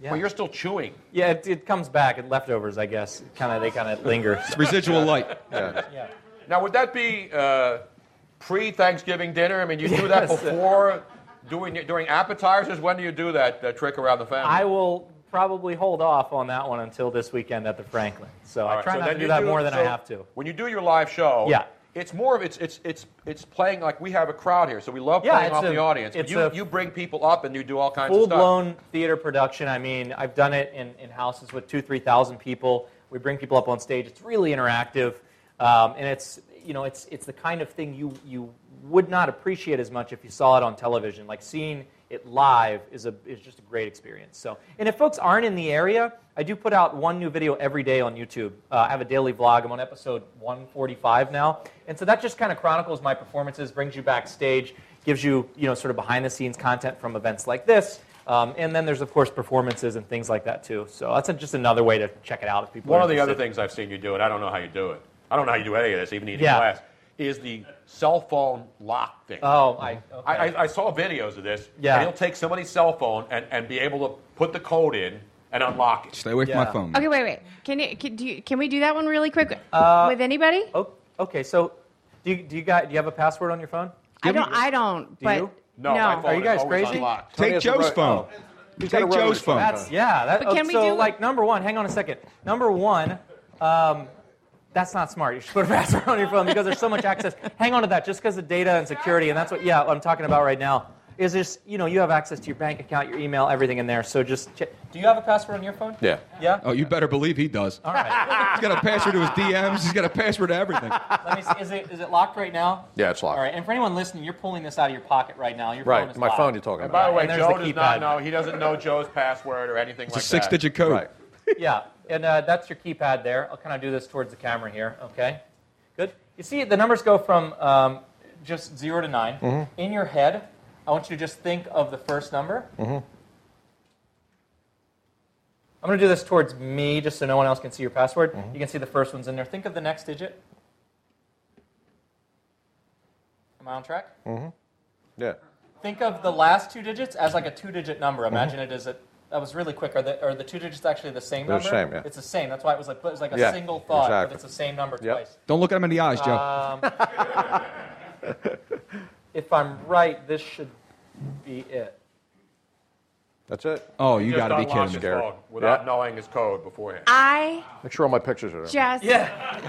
Speaker 5: Well, you're still chewing.
Speaker 8: Yeah, it, it comes back. It leftovers, I guess. Kind of, they kind of linger.
Speaker 7: residual light.
Speaker 5: Now, would that be uh, pre-Thanksgiving dinner? I mean, you do that
Speaker 8: Yes.
Speaker 5: before doing during appetizers. When do you do that uh, trick around the family?
Speaker 8: I will probably hold off on that one until this weekend at the Franklin. So
Speaker 5: All
Speaker 8: I
Speaker 5: right,
Speaker 8: try
Speaker 5: so
Speaker 8: not
Speaker 5: then
Speaker 8: to
Speaker 5: you
Speaker 8: do that more than I
Speaker 5: so
Speaker 8: have to.
Speaker 5: When you do your live show,
Speaker 8: Yeah.
Speaker 5: it's more of it's it's it's it's playing like we have a crowd here, so we love
Speaker 8: Yeah,
Speaker 5: playing
Speaker 8: it's
Speaker 5: off
Speaker 8: a-
Speaker 5: the audience. But
Speaker 8: it's
Speaker 5: you
Speaker 8: a-
Speaker 5: you bring people up and you do all kinds of
Speaker 8: Full
Speaker 5: stuff.
Speaker 8: blown theater production. I mean, I've done it in, in houses with two, three thousand people. We bring people up on stage. It's really interactive, um, and it's you know it's it's the kind of thing you you would not appreciate as much if you saw it on television. Like seeing it live is a is just a great experience. So, and if folks aren't in the area, I do put out one new video every day on YouTube. Uh, I have a daily vlog. I'm on episode 145 now, and so that just kind of chronicles my performances, brings you backstage, gives you you know sort of behind the scenes content from events like this. Um, and then there's of course performances and things like that too. So that's a, just another way to check it out if people.
Speaker 5: One
Speaker 8: are
Speaker 5: of the other
Speaker 8: interested.
Speaker 5: things I've seen you do, and I don't know how you do it. I don't know how you do any of this, even eating
Speaker 8: Yeah.
Speaker 5: glass, is the cell phone lock thing.
Speaker 8: Oh, I-
Speaker 5: I, I, I saw videos of this.
Speaker 8: Yeah.
Speaker 5: and he'll take somebody's cell phone and, and be able to put the code in and unlock it.
Speaker 7: Stay away from my
Speaker 5: Oh,
Speaker 7: phone.
Speaker 4: Okay, wait, wait. Can you, can, do you, can we do that one really quick with anybody?
Speaker 8: Oh, okay. So, do you, do you got do you have a password on your phone?
Speaker 4: I don't. I don't.
Speaker 8: Do
Speaker 4: but
Speaker 8: you?
Speaker 4: no.
Speaker 8: Are you guys crazy?
Speaker 7: Take Joe's phone. Take Joe's phone.
Speaker 8: That's yeah. That,
Speaker 4: But can
Speaker 8: oh,
Speaker 4: we
Speaker 8: so
Speaker 4: do-
Speaker 8: like number one? Hang on a second. Number one, um, that's not smart. You should put a password on your phone because there's so much access. Hang on to that just because of data and security, and that's what yeah what I'm talking about right now. Is this you know you have access to your bank account, your email, everything in there. So just check. do you have a password on your phone?
Speaker 7: Yeah.
Speaker 8: Yeah.
Speaker 7: Oh, you better believe he does. All right. he's got a password to his DMs. He's got a password to everything.
Speaker 8: Let me see. Is it is it locked right now?
Speaker 7: Yeah, it's
Speaker 8: All right. And for anyone listening, you're pulling this out of your pocket right now. Your
Speaker 7: Right,
Speaker 8: Phone is
Speaker 7: my
Speaker 8: locked.
Speaker 7: phone you're talking
Speaker 5: And by the way,
Speaker 8: And there's
Speaker 5: Joe
Speaker 8: the
Speaker 5: does not
Speaker 8: keypad.
Speaker 5: know. He doesn't know Joe's password or anything
Speaker 7: It's
Speaker 5: like
Speaker 7: a
Speaker 5: that.
Speaker 7: six-digit code.
Speaker 8: yeah, and uh, that's your keypad there. I'll kind of do this towards the camera here. Okay, good. You see, the numbers go from um, just zero to 9
Speaker 10: Mhm.
Speaker 7: Mm-hmm.
Speaker 8: In your head, I want you to just think of the first number.
Speaker 10: Mm-hmm.
Speaker 8: I'm going to do this towards me, just so no one else can see your password.
Speaker 7: Mm-hmm.
Speaker 8: You can see the first one's in there. Think of the next digit. Am I on track?
Speaker 6: Mm-hmm. Yeah.
Speaker 8: Think of the last two digits as like a two-digit number. Imagine it is a. That was really quick. Are the, are the two digits actually the same
Speaker 7: They're
Speaker 8: number?
Speaker 7: the same, yeah.
Speaker 8: It's the same. That's why it was like, but it's like a
Speaker 7: Yeah,
Speaker 8: single thought,
Speaker 7: exactly.
Speaker 8: but it's the same number
Speaker 7: Yep.
Speaker 8: twice.
Speaker 7: Don't look at him in the eyes, Joe.
Speaker 8: Uh, Um, if I'm right, this should be it.
Speaker 6: That's it.
Speaker 7: Oh,
Speaker 5: He just unlocked his phone Without knowing his code beforehand.
Speaker 4: I
Speaker 6: Make sure all my pictures are there.
Speaker 4: just.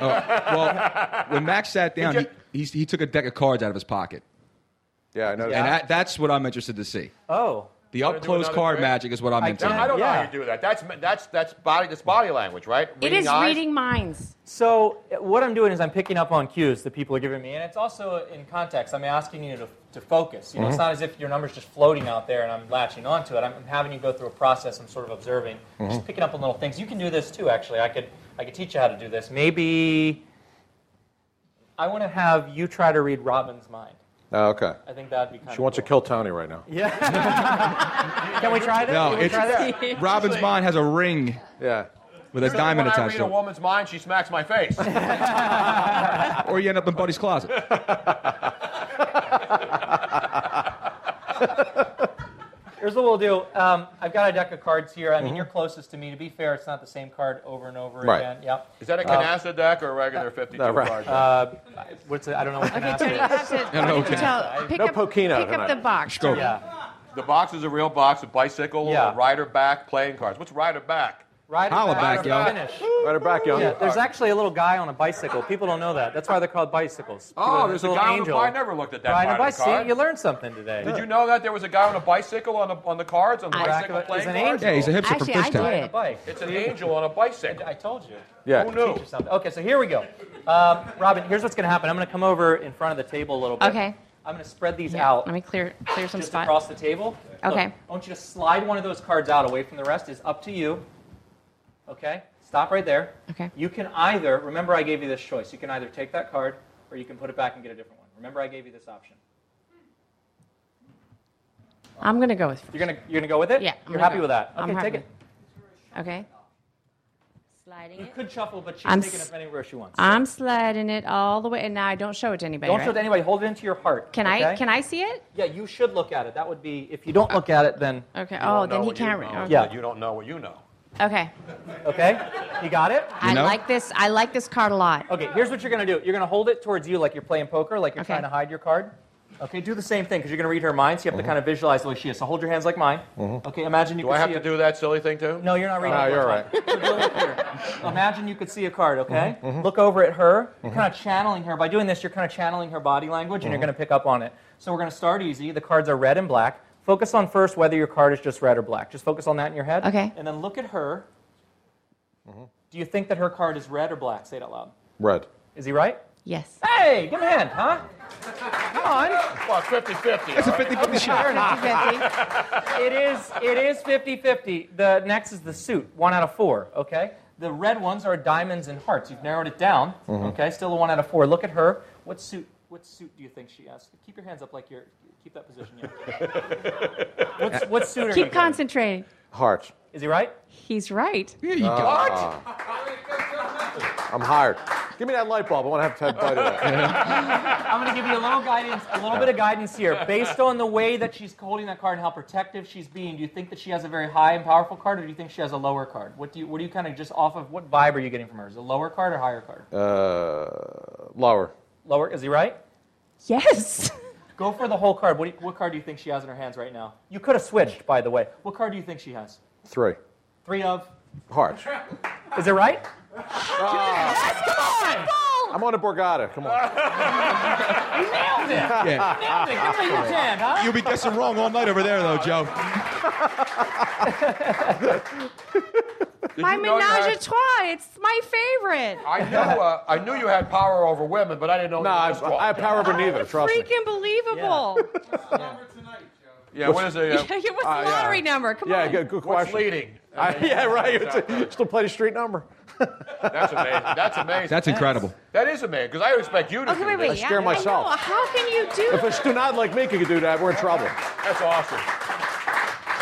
Speaker 7: Oh, well, when Max sat down, he, he, he took a deck of cards out of his pocket.
Speaker 6: Yeah, I know.
Speaker 7: And that, that's what I'm interested to see.
Speaker 8: Oh.
Speaker 7: The up close
Speaker 5: another
Speaker 7: card
Speaker 5: trick?
Speaker 7: magic is what I'm into.
Speaker 5: No, I don't know how you do that. That's that's that's body that's body language, right?
Speaker 4: It is
Speaker 8: eyes?
Speaker 4: reading minds.
Speaker 8: So uh, what I'm doing is I'm picking up on cues that people are giving me, and it's also in context. I'm asking you to, to focus. You know,
Speaker 10: Mhm.
Speaker 8: it's not as if your number's just floating out there and I'm latching onto it. I'm, I'm having you go through a process. I'm sort of observing,
Speaker 10: Mhm.
Speaker 8: just picking up on little things. You can do this too, actually. I could I could teach you how to do this. Maybe I want to have you try to read Robin's mind.
Speaker 6: Oh, okay.
Speaker 8: I think that'd be kind
Speaker 6: She
Speaker 8: of
Speaker 6: wants to kill Tony right now.
Speaker 8: Yeah. Can we try that?
Speaker 7: No,
Speaker 8: Can we
Speaker 7: it's
Speaker 8: try that?
Speaker 7: Robin's mind has a ring.
Speaker 6: Yeah.
Speaker 7: With a diamond
Speaker 5: when I
Speaker 7: attached
Speaker 5: read a
Speaker 7: to
Speaker 5: woman's mind, she smacks my face.
Speaker 7: it. Or you end up in Buddy's closet.
Speaker 8: Here's what we'll do. Um, I've got a deck of cards here. I mean, you're closest to me. To be fair, it's not the same card over and over
Speaker 5: Right.
Speaker 8: again. Yeah.
Speaker 5: Is that a
Speaker 8: Um,
Speaker 5: canasta deck or a regular 52
Speaker 8: no, right.
Speaker 5: card?
Speaker 8: Uh, what's it? I don't know what
Speaker 4: Okay,
Speaker 8: canasta
Speaker 4: Tony, you
Speaker 8: is.
Speaker 4: have to, you have to tell, pick up, pick up the box. Tony.
Speaker 5: The box is a real box with bicycle
Speaker 8: Yeah.
Speaker 5: or rider back playing cards. What's rider back?
Speaker 8: Ride it
Speaker 7: Holla
Speaker 8: back,
Speaker 7: back, y'all.
Speaker 8: Finish.
Speaker 6: Right her back, young.
Speaker 8: Yeah, there's actually a little guy on a bicycle. People don't know that. That's why they're called bicycles.
Speaker 5: Oh,
Speaker 8: People-
Speaker 5: there's a
Speaker 8: little
Speaker 5: guy on a
Speaker 8: angel
Speaker 5: bi- I never looked at that
Speaker 8: Riding a
Speaker 5: part of the
Speaker 8: bicycle.
Speaker 5: card.
Speaker 8: See, you learned something today.
Speaker 5: Did you know that there was a guy on a bicycle on the on the cards on the
Speaker 8: Back of
Speaker 5: bicycle
Speaker 8: it is
Speaker 5: playing
Speaker 8: an
Speaker 5: cards?
Speaker 8: angel.
Speaker 7: Yeah, he's a hipster from
Speaker 4: Actually, I
Speaker 7: Fishtown.
Speaker 4: did.
Speaker 8: On a bike.
Speaker 5: It's an angel on a bicycle.
Speaker 8: I told you.
Speaker 6: Yeah.
Speaker 5: Who knew?
Speaker 8: Teach you something. Okay, so here we go. Um, Robin, here's what's going to happen. I'm going to come over in front of the table a little bit.
Speaker 4: Okay.
Speaker 8: I'm going to spread these
Speaker 4: Yeah,
Speaker 8: out
Speaker 4: Let me clear clear some
Speaker 8: just
Speaker 4: spots.
Speaker 8: across the table. Look,
Speaker 4: Okay.
Speaker 8: I want you to slide one of those cards out away from the rest. Is up to you. Okay. Stop right there.
Speaker 4: Okay.
Speaker 8: You can either remember I gave you this choice. You can either take that card or you can put it back and get a different one. Remember I gave you this option.
Speaker 4: I'm gonna go with.
Speaker 8: You're gonna you're gonna go with it.
Speaker 4: Yeah, I'm
Speaker 8: You're
Speaker 4: gonna
Speaker 8: happy
Speaker 4: go.
Speaker 8: with that.
Speaker 4: I'm
Speaker 8: Okay. Take
Speaker 4: happy.
Speaker 8: it.
Speaker 4: Okay. Sliding
Speaker 8: You could shuffle, but she's
Speaker 4: I'm
Speaker 8: taking
Speaker 4: s-
Speaker 8: it anywhere she wants.
Speaker 4: I'm sliding it all the way, and now I don't show it to anybody.
Speaker 8: Don't
Speaker 4: right?
Speaker 8: show it to anybody. Hold it into your heart.
Speaker 4: Can I?
Speaker 8: okay?
Speaker 4: Can I see it? Uh,
Speaker 8: Yeah, you should look at it. That would be if you don't look at it, then
Speaker 4: Okay.
Speaker 5: You
Speaker 4: oh,
Speaker 5: don't know
Speaker 4: then he
Speaker 5: what you
Speaker 4: can't.
Speaker 5: know,
Speaker 4: re-
Speaker 8: Yeah.
Speaker 5: but You don't know what you know.
Speaker 4: Okay.
Speaker 8: okay. You got it.
Speaker 4: I
Speaker 7: know?
Speaker 4: like this. I like this card a lot.
Speaker 8: Okay, here's what you're gonna do. You're gonna hold it towards you like you're playing poker, like you're
Speaker 4: Okay.
Speaker 8: trying to hide your card. Okay, do the same thing because you're gonna read her mind, so you have to kind of visualize the way she is. So hold your hands like mine. Okay, imagine you
Speaker 5: Do
Speaker 8: could
Speaker 5: I have
Speaker 8: see
Speaker 5: to
Speaker 8: a-
Speaker 5: do that silly thing too? Ah,
Speaker 8: No, you're not reading.
Speaker 6: No,
Speaker 8: it.
Speaker 6: you're all right.
Speaker 8: Imagine you could see a card. Okay, look over at her. You're kind of channeling her by doing this. You're kind of channeling her body language, and you're gonna pick up on it. So we're gonna start easy. The cards are red and black. Focus on first whether your card is just red or black. Just focus on that in your head.
Speaker 4: Okay.
Speaker 8: And then look at her. Do you think that her card is red or black? Say it out loud.
Speaker 6: Red.
Speaker 8: Is he right?
Speaker 4: Yes.
Speaker 8: Hey, give him a hand, huh? Come on.
Speaker 5: Well, 50-50.
Speaker 7: It's a 50 50 shot.
Speaker 4: 50-50.
Speaker 8: It is it is 50-50. The next is the suit, one out of four, okay? The red ones are diamonds and hearts. You've narrowed it down. Okay, still a one out of four. Look at her. What suit what suit do you think she has? Keep your hands up like you're keep that position, yeah. What's, what suit are you
Speaker 4: Keep
Speaker 8: gonna get?
Speaker 4: concentrating.
Speaker 6: Hearts.
Speaker 8: Is he right?
Speaker 4: He's right.
Speaker 7: Here you go.
Speaker 6: I'm hired. Give me that light bulb. I want to have Ted buy that.
Speaker 8: I'm going to give you a little guidance, a little bit of guidance here. Based on the way that she's holding that card and how protective she's being, do you think that she has a very high and powerful card, or do you think she has a lower card? What do you, what do you kind of just off of? What vibe are you getting from her? Is it a lower card or higher card?
Speaker 6: Uh, lower.
Speaker 8: lower. Is he right?
Speaker 4: Yes.
Speaker 8: Go for the whole card. What, do you, what card do you think she has in her hands right now? You could have switched, by the way. What card do you think she has?
Speaker 6: Three.
Speaker 8: Three of.
Speaker 6: Hearts.
Speaker 8: Is it right?
Speaker 6: I'm on a Borgata. Come on.
Speaker 8: Nailed it!
Speaker 7: Yeah.
Speaker 8: Nailed it! Give her a huge hand, huh?
Speaker 7: You'll be guessing wrong all night over there, though, Joe.
Speaker 4: my
Speaker 5: you know you
Speaker 4: menage a
Speaker 5: had-
Speaker 4: trois. It's my favorite.
Speaker 5: I knew, uh, I knew you had power over women, but I didn't know.
Speaker 6: No, I, I have power over neither. Trust me.
Speaker 4: Freaking believable.
Speaker 5: Yeah, what is it? Uh,
Speaker 4: What's the
Speaker 6: Uh, yeah.
Speaker 4: lottery number? Come
Speaker 6: Yeah,
Speaker 4: on.
Speaker 6: good, good
Speaker 5: what's
Speaker 6: question.
Speaker 5: leading?
Speaker 6: I- yeah, right. It's- Still play the street number.
Speaker 5: That's amazing. That's amazing.
Speaker 7: That's incredible.
Speaker 5: that is amazing because I would expect you to
Speaker 4: Okay,
Speaker 5: do
Speaker 4: wait,
Speaker 5: this.
Speaker 4: wait.
Speaker 6: scare
Speaker 4: yeah,
Speaker 6: myself.
Speaker 4: I know. How can you do
Speaker 6: If a stunad like me could do that, we're in trouble.
Speaker 5: That's awesome.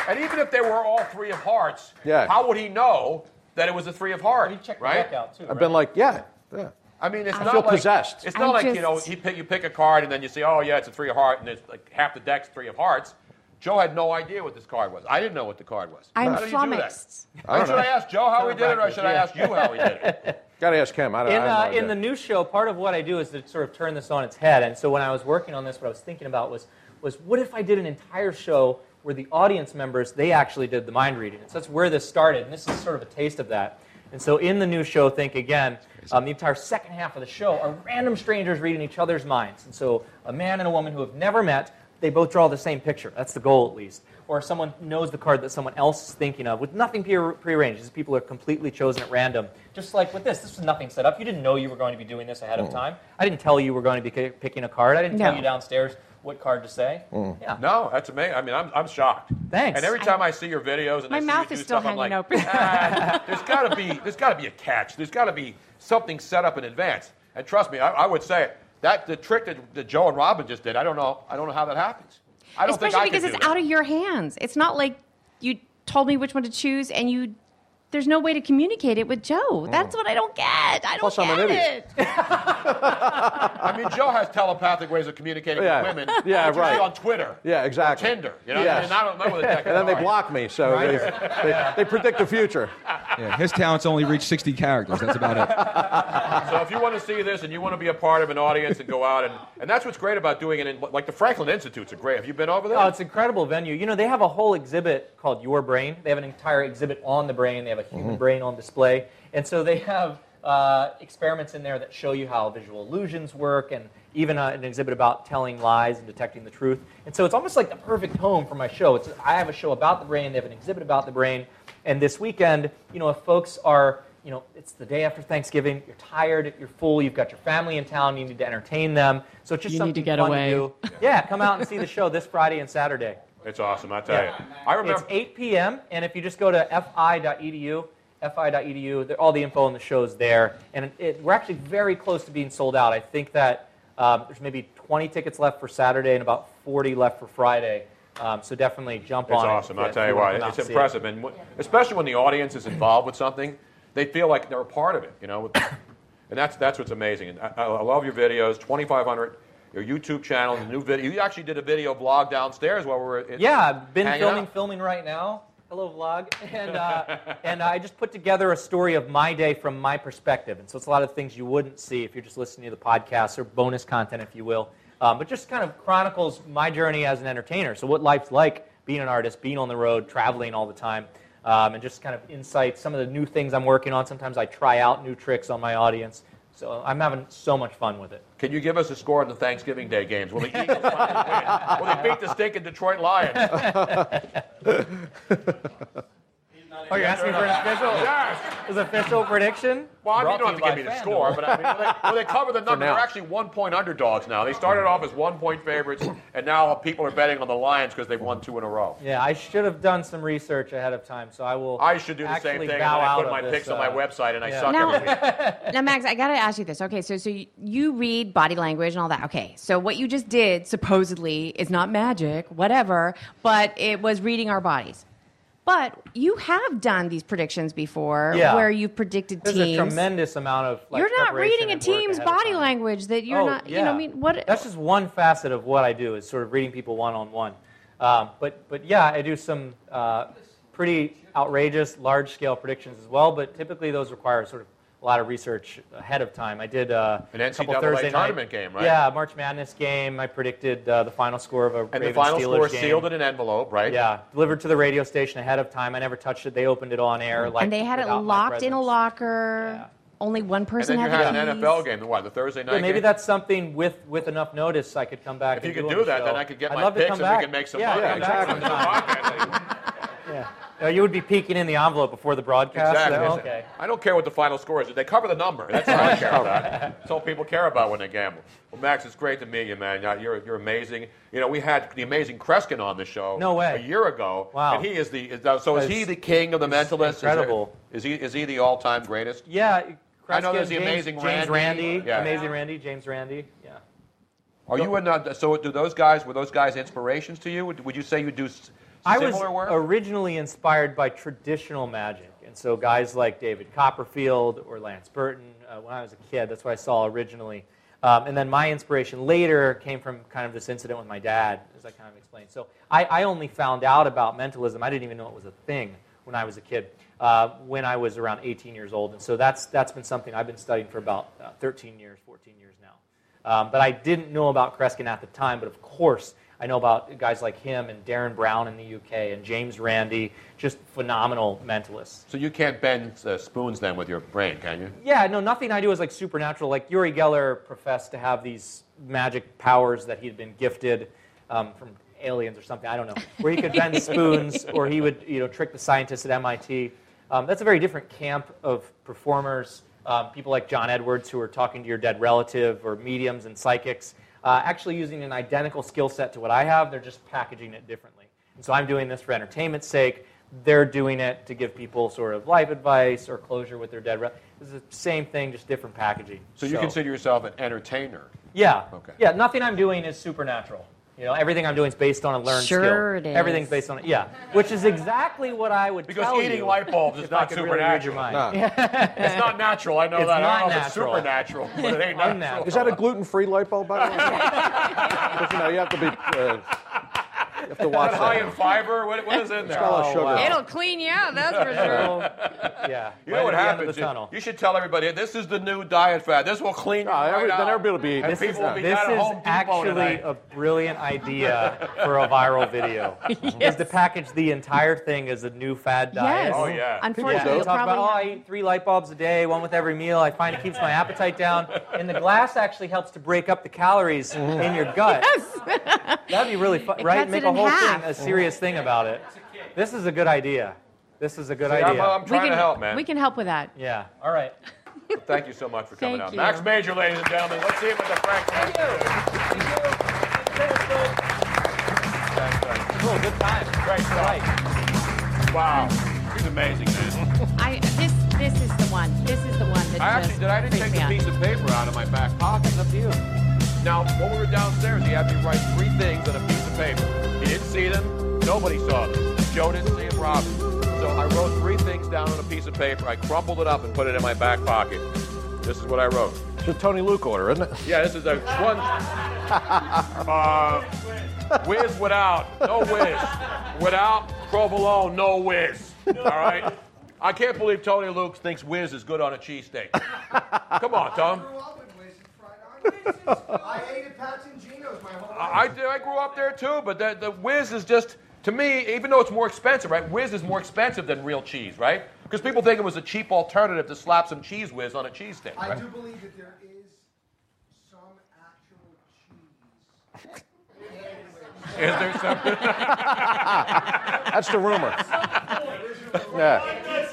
Speaker 5: And even if they were all three of hearts,
Speaker 6: Yeah.
Speaker 5: how would he know that it was the three of hearts?
Speaker 8: You checked the
Speaker 5: right?
Speaker 8: deck out too.
Speaker 6: I've been like, yeah, yeah.
Speaker 5: I mean, it's
Speaker 4: I
Speaker 5: not
Speaker 6: feel
Speaker 5: like,
Speaker 6: possessed.
Speaker 5: It's not
Speaker 4: I
Speaker 5: like you know,
Speaker 4: just-
Speaker 5: he pick, you pick a card and then you say, oh yeah, it's a three of heart, and it's like half the deck's three of hearts. Joe had no idea what this card was. I didn't know what the card was.
Speaker 4: I'm
Speaker 5: how did
Speaker 4: flummoxed.
Speaker 5: You do that? Or should I ask Joe how he did it, or
Speaker 8: backwards,
Speaker 5: should I
Speaker 8: yeah.
Speaker 5: ask you how he did it?
Speaker 6: Got to ask him. I, don't-
Speaker 8: In,
Speaker 6: I have
Speaker 8: uh,
Speaker 6: no idea.
Speaker 8: in the new show, part of what I do is to sort of turn this on its head. And so when I was working on this, what I was thinking about was, was what if I did an entire show where the audience members, they actually did the mind reading? And so that's where this started. And this is sort of a taste of that. And so in the new show, Think Again, um, the entire second half of the show are random strangers reading each other's minds. And so a man and a woman who have never met, they both draw the same picture. That's the goal, at least. Or someone knows the card that someone else is thinking of with nothing pre- prearranged. These people are completely chosen at random. Just like with this, this was nothing set up. You didn't know you were going to be doing this
Speaker 1: Mm.
Speaker 5: Hmm.
Speaker 8: ahead of time. I didn't tell you you were going to be c- picking a card. I didn't tell
Speaker 4: No.
Speaker 8: you downstairs what card to say. Yeah.
Speaker 5: No, that's amazing. I mean, I'm, I'm shocked.
Speaker 8: Thanks.
Speaker 5: And every time I, see your videos, and
Speaker 4: My
Speaker 5: I see you
Speaker 4: mouth
Speaker 5: do
Speaker 4: is still
Speaker 5: stuff,
Speaker 4: hanging
Speaker 5: I'm like,
Speaker 4: open.
Speaker 5: "Ah, there's got to be there's got to be a catch. There's got to be something set up in advance. And trust me, I, I would say it. That the trick that, that Joe and Robin just did. I don't know. I don't know how that happens. I don't think I
Speaker 4: Especially
Speaker 5: could
Speaker 4: because it's
Speaker 5: do that.
Speaker 4: out of your hands. It's not like you told me which one to choose and you. There's no way to communicate it with Joe. That's
Speaker 5: Mm.
Speaker 4: what I don't get. I don't
Speaker 6: Plus,
Speaker 4: get
Speaker 6: I'm an idiot.
Speaker 4: it.
Speaker 5: I mean, Joe has telepathic ways of communicating
Speaker 6: Yeah.
Speaker 5: with women.
Speaker 6: Yeah,
Speaker 5: which you
Speaker 6: right.
Speaker 5: see On Twitter.
Speaker 6: Yeah, exactly.
Speaker 5: Or Tinder. You know.
Speaker 6: Yes.
Speaker 5: And I don't know what the deck of
Speaker 6: and then they
Speaker 5: cards.
Speaker 6: block me, so they, they, they predict the future.
Speaker 7: Yeah, his talents only reach 60 characters. That's about it.
Speaker 5: So if you want to see this and you want to be a part of an audience and go out and and that's what's great about doing it. In, like the Franklin Institute's a great. Have you been over there?
Speaker 8: Oh, it's an incredible venue. You know, they have a whole exhibit called Your Brain. They have an entire exhibit on the brain. They have a
Speaker 5: Mm-hmm.
Speaker 8: human brain on display. And so they have uh, experiments in there that show you how visual illusions work, and even uh, an exhibit about telling lies and detecting the truth. And so it's almost like the perfect home for my show. It's, I have a show about the brain. They have an exhibit about the brain. And this weekend, you know, if folks are, you know, it's the day after Thanksgiving, you're tired, you're full, you've got your family in town, you need to entertain them. So it's just
Speaker 10: You need
Speaker 8: something
Speaker 10: to get
Speaker 8: fun
Speaker 10: away.
Speaker 8: to do. Yeah, come out and see the show this Friday and Saturday.
Speaker 5: It's awesome, I tell
Speaker 8: Yeah.
Speaker 5: you. I remember.
Speaker 8: It's 8 p.m. and if you just go to fi.edu, fi.edu, E there- all the info on the show's there. And it, we're actually very close to being sold out. I think that um, there's maybe 20 tickets left for Saturday and about 40 left for Friday. Um, so definitely jump
Speaker 5: It's
Speaker 8: on. it
Speaker 5: awesome.
Speaker 8: if-
Speaker 5: I'll
Speaker 8: if
Speaker 5: tell you
Speaker 8: wanna
Speaker 5: what,
Speaker 8: come out
Speaker 5: it's
Speaker 8: and see it.
Speaker 5: impressive, and w- especially when the audience is involved with something, they feel like they're a part of it. You know, and that's that's what's amazing. And I, I I love your videos. Twenty five hundred. Your YouTube channel, the new video. You actually did a video blog downstairs while we were. in-
Speaker 8: Yeah, I've been
Speaker 5: hanging
Speaker 8: filming
Speaker 5: out.
Speaker 8: filming right now. Hello vlog, and uh, and I just put together a story of my day from my perspective, and so it's a lot of things you wouldn't see if you're just listening to the podcast or bonus content, if you will. Um, but just kind of chronicles my journey as an entertainer. So what life's like being an artist, being on the road, traveling all the time, um, and just kind of insights. Some of the new things I'm working on. Sometimes I try out new tricks on my audience. So I'm having so much fun with it.
Speaker 5: Can you give us a score on the Thanksgiving Day games? Will the Eagles finally win? Will they beat the stinking Detroit Lions?
Speaker 8: Oh, you're asking for an official?
Speaker 5: Yes.
Speaker 8: Is official prediction?
Speaker 5: Well, I mean, you
Speaker 8: Brought
Speaker 5: don't have to
Speaker 8: you
Speaker 5: give
Speaker 8: by
Speaker 5: me the
Speaker 8: FanDuel.
Speaker 5: score, but I mean, will they, will they cover the number?
Speaker 6: now.
Speaker 5: They're actually one-point underdogs now. They started off as one-point favorites, and now people are betting on the Lions because they've won two in a row.
Speaker 8: Yeah, I should have done some research ahead of time, so I will.
Speaker 5: I should do the same
Speaker 8: actually
Speaker 5: thing. and
Speaker 8: bow
Speaker 5: I
Speaker 8: out
Speaker 5: put
Speaker 8: of
Speaker 5: my
Speaker 8: this,
Speaker 5: picks on my
Speaker 8: uh,
Speaker 5: website, and I
Speaker 8: yeah.
Speaker 5: suck
Speaker 4: Now-
Speaker 5: every week.
Speaker 4: Now, Max, I gotta ask you this. Okay, so so you, you read body language and all that. Okay, so what you just did supposedly is not magic, whatever, but it was reading our bodies. But you have done these predictions before,
Speaker 8: Yeah.
Speaker 4: where you've predicted
Speaker 8: There's
Speaker 4: teams.
Speaker 8: a tremendous amount of. Like,
Speaker 4: you're not
Speaker 8: preparation
Speaker 4: reading a
Speaker 8: and work
Speaker 4: team's
Speaker 8: ahead of
Speaker 4: body
Speaker 8: time.
Speaker 4: language. That you're
Speaker 8: Oh,
Speaker 4: not. You
Speaker 8: yeah.
Speaker 4: know, what I mean, what?
Speaker 8: That's just one facet of what I do is sort of reading people one on one. But but yeah, I do some uh, pretty outrageous, large scale predictions as well. But typically those require sort of a lot of research ahead of time. I did uh,
Speaker 5: An
Speaker 8: a couple
Speaker 5: NCAA
Speaker 8: Thursday
Speaker 5: tournament
Speaker 8: night,
Speaker 5: game, right?
Speaker 8: Yeah, March Madness game. I predicted uh, the final score of a
Speaker 5: And the
Speaker 8: Ravens
Speaker 5: final
Speaker 8: Steelers
Speaker 5: score
Speaker 8: game.
Speaker 5: sealed in an envelope, right?
Speaker 8: Yeah, delivered to the radio station ahead of time. I never touched it. They opened it on air. Like,
Speaker 4: and they had it
Speaker 8: without my
Speaker 4: locked in a
Speaker 8: presence.
Speaker 4: locker. Only one
Speaker 5: And
Speaker 4: person
Speaker 5: then you
Speaker 4: had,
Speaker 5: had
Speaker 4: the
Speaker 5: an
Speaker 4: keys.
Speaker 5: NFL game. What, the Thursday night
Speaker 8: Yeah, maybe
Speaker 5: game?
Speaker 8: that's something with with enough notice I could come back.
Speaker 5: If you
Speaker 8: and
Speaker 5: could
Speaker 8: do,
Speaker 5: do
Speaker 8: on the
Speaker 5: that,
Speaker 8: show.
Speaker 5: then I could get
Speaker 8: I'd
Speaker 5: my
Speaker 8: love to
Speaker 5: picks and
Speaker 8: come
Speaker 5: we
Speaker 8: back.
Speaker 5: could make some
Speaker 8: yeah,
Speaker 5: money.
Speaker 8: Yeah, exactly. Uh, you would be peeking in the envelope before the broadcast.
Speaker 5: Exactly.
Speaker 8: so- okay.
Speaker 5: I don't care what the final score is. If they cover the number, that's what I care about. That's all people care about when they gamble. Well, Max, it's great to meet you, man. Uh, You're, you're amazing. You know, we had the amazing Kreskin on the show.
Speaker 8: No way.
Speaker 5: A year ago.
Speaker 8: Wow.
Speaker 5: And he is the. Is, uh, so is he
Speaker 8: That's-
Speaker 5: the king of the mentalists? Is there-
Speaker 8: incredible.
Speaker 5: Is, he is he the all time greatest?
Speaker 8: Yeah.
Speaker 5: I know
Speaker 8: Kreskin,
Speaker 5: there's the
Speaker 8: James,
Speaker 5: amazing
Speaker 8: James
Speaker 5: Randy.
Speaker 8: Randy.
Speaker 5: Yeah.
Speaker 8: Amazing Randy. James Randy. Yeah.
Speaker 5: Are you in? Uh, so do those guys? Were those guys inspirations to you? Would, would you say you do s-
Speaker 8: I
Speaker 5: similar work?
Speaker 8: was originally inspired by traditional magic, and so guys like David Copperfield or Lance Burton. Uh, when I was a kid, that's what I saw originally. Um, and then my inspiration later came from kind of this incident with my dad, as I kind of explained. So I, I only found out about mentalism. I didn't even know it was a thing when I was a kid, uh, when I was around 18 years old. And so that's that's been something I've been studying for about uh, 13 years, 14 years now. Um, but I didn't know about Kreskin at the time, but of course, I know about guys like him and Darren Brown in the UK and James Randi, just phenomenal mentalists.
Speaker 5: so you can't bend uh, spoons then with your brain, can you?
Speaker 8: Yeah, no, nothing I do is like supernatural. Like Yuri Geller professed to have these magic powers that he had been gifted um, from aliens or something. I don't know, where he could bend spoons or he would, you know, trick the scientists at MIT. Um, that's a very different camp of performers. Um, people like John Edwards who are talking to your dead relative or mediums and psychics, uh, actually using an identical skill set to what I have. They're just packaging it differently. And so I'm doing this for entertainment's sake. They're doing it to give people sort of life advice or closure with their dead. Re- it's the same thing, just different packaging.
Speaker 5: So you consider yourself an entertainer.
Speaker 8: Yeah.
Speaker 5: Okay.
Speaker 8: Yeah. Nothing I'm doing is supernatural. You know, everything I'm doing is based on a learned
Speaker 4: Sure
Speaker 8: skill.
Speaker 4: it is.
Speaker 8: Everything's based on it. Yeah. Which is exactly what I would
Speaker 5: Because
Speaker 8: tell
Speaker 5: eating
Speaker 8: you
Speaker 5: light bulbs is
Speaker 8: if I
Speaker 5: not
Speaker 8: could really read your
Speaker 5: supernatural.
Speaker 8: mind.
Speaker 5: It's not natural. I know
Speaker 8: It's
Speaker 5: that. I don't
Speaker 8: not
Speaker 5: know if it's
Speaker 8: natural.
Speaker 5: supernatural, but it ain't natural.
Speaker 8: Unnatural.
Speaker 6: Is that a gluten-free light bulb? By the way, 'Cause, you know you have to be. Uh, You have to watch
Speaker 5: Is
Speaker 6: that.
Speaker 5: that high in fiber? What, what is in there?
Speaker 6: got
Speaker 5: Oh,
Speaker 6: a lot of sugar.
Speaker 4: It'll clean you out, that's for sure.
Speaker 8: Uh, yeah.
Speaker 5: You know
Speaker 8: right
Speaker 5: what
Speaker 8: at the end of
Speaker 5: happens?
Speaker 8: The
Speaker 5: you-
Speaker 8: tunnel.
Speaker 5: You should tell everybody this is the new diet fad. This will clean you
Speaker 6: No,
Speaker 5: right
Speaker 6: every-
Speaker 5: out.
Speaker 6: then everybody will be eating
Speaker 5: And
Speaker 6: this
Speaker 5: people
Speaker 6: now.
Speaker 5: will be
Speaker 8: This
Speaker 5: down at
Speaker 8: is
Speaker 5: Home Depot
Speaker 8: actually
Speaker 5: tonight.
Speaker 8: a brilliant idea for a viral video. Is to package the entire thing as a new fad diet.
Speaker 4: Yes.
Speaker 5: Oh, yeah.
Speaker 8: Yeah,
Speaker 4: Unfortunately,
Speaker 6: do.
Speaker 8: you
Speaker 4: you'll
Speaker 8: talk
Speaker 4: probably
Speaker 8: about, oh, I
Speaker 4: have-
Speaker 8: eat three light bulbs a day, one with every meal. I find it keeps my appetite down. And the glass actually helps to break up the calories in your gut. That'd be really fun,
Speaker 4: It
Speaker 8: right?
Speaker 4: cuts
Speaker 8: Make
Speaker 4: it
Speaker 8: a
Speaker 4: in
Speaker 8: whole
Speaker 4: half.
Speaker 8: thing, a serious thing about it. This is a good idea. This is a good
Speaker 5: See, I'm,
Speaker 8: idea.
Speaker 5: I'm
Speaker 4: we
Speaker 5: trying
Speaker 4: can
Speaker 5: to help, man.
Speaker 4: We can help with that.
Speaker 8: yeah, all right.
Speaker 5: Thank you so much for coming
Speaker 4: Thank
Speaker 5: out.
Speaker 4: you.
Speaker 5: Max Major, ladies and gentlemen. Let's see it with the Frank. Thank
Speaker 8: Cool, good time.
Speaker 5: Great stuff. Wow. He's amazing, man.
Speaker 4: I this this is the one. This is the one that
Speaker 5: I actually
Speaker 4: just
Speaker 5: did. I didn't
Speaker 4: freaked
Speaker 5: take
Speaker 4: me
Speaker 5: the
Speaker 4: out.
Speaker 5: piece of paper out of my back pocket. It's up to you. Now, when we were downstairs, he had me write three things on a piece of paper. He didn't see them. Nobody saw them. Joe didn't see them. Robin. So I wrote three things down on a piece of paper. I crumpled it up and put it in my back pocket. This is what I wrote.
Speaker 6: It's a Tony Luke order, isn't it?
Speaker 5: Yeah, this is a one. Uh, whiz without, no whiz. Without provolone, no whiz. All right? I can't believe Tony Luke thinks whiz is good on a cheesesteak. Come on, Tom.
Speaker 10: I ate at Pat's and Gino's my whole life.
Speaker 5: I, I did- I grew up there too, but the, the whiz is just, to me, even though it's more expensive, right? Whiz is more expensive than real cheese, right? Because people think it was a cheap alternative to slap some cheese whiz on a cheesesteak.
Speaker 10: I
Speaker 5: Right?
Speaker 10: do believe that there is some actual cheese.
Speaker 5: Is there some?
Speaker 6: That's the rumor. yeah.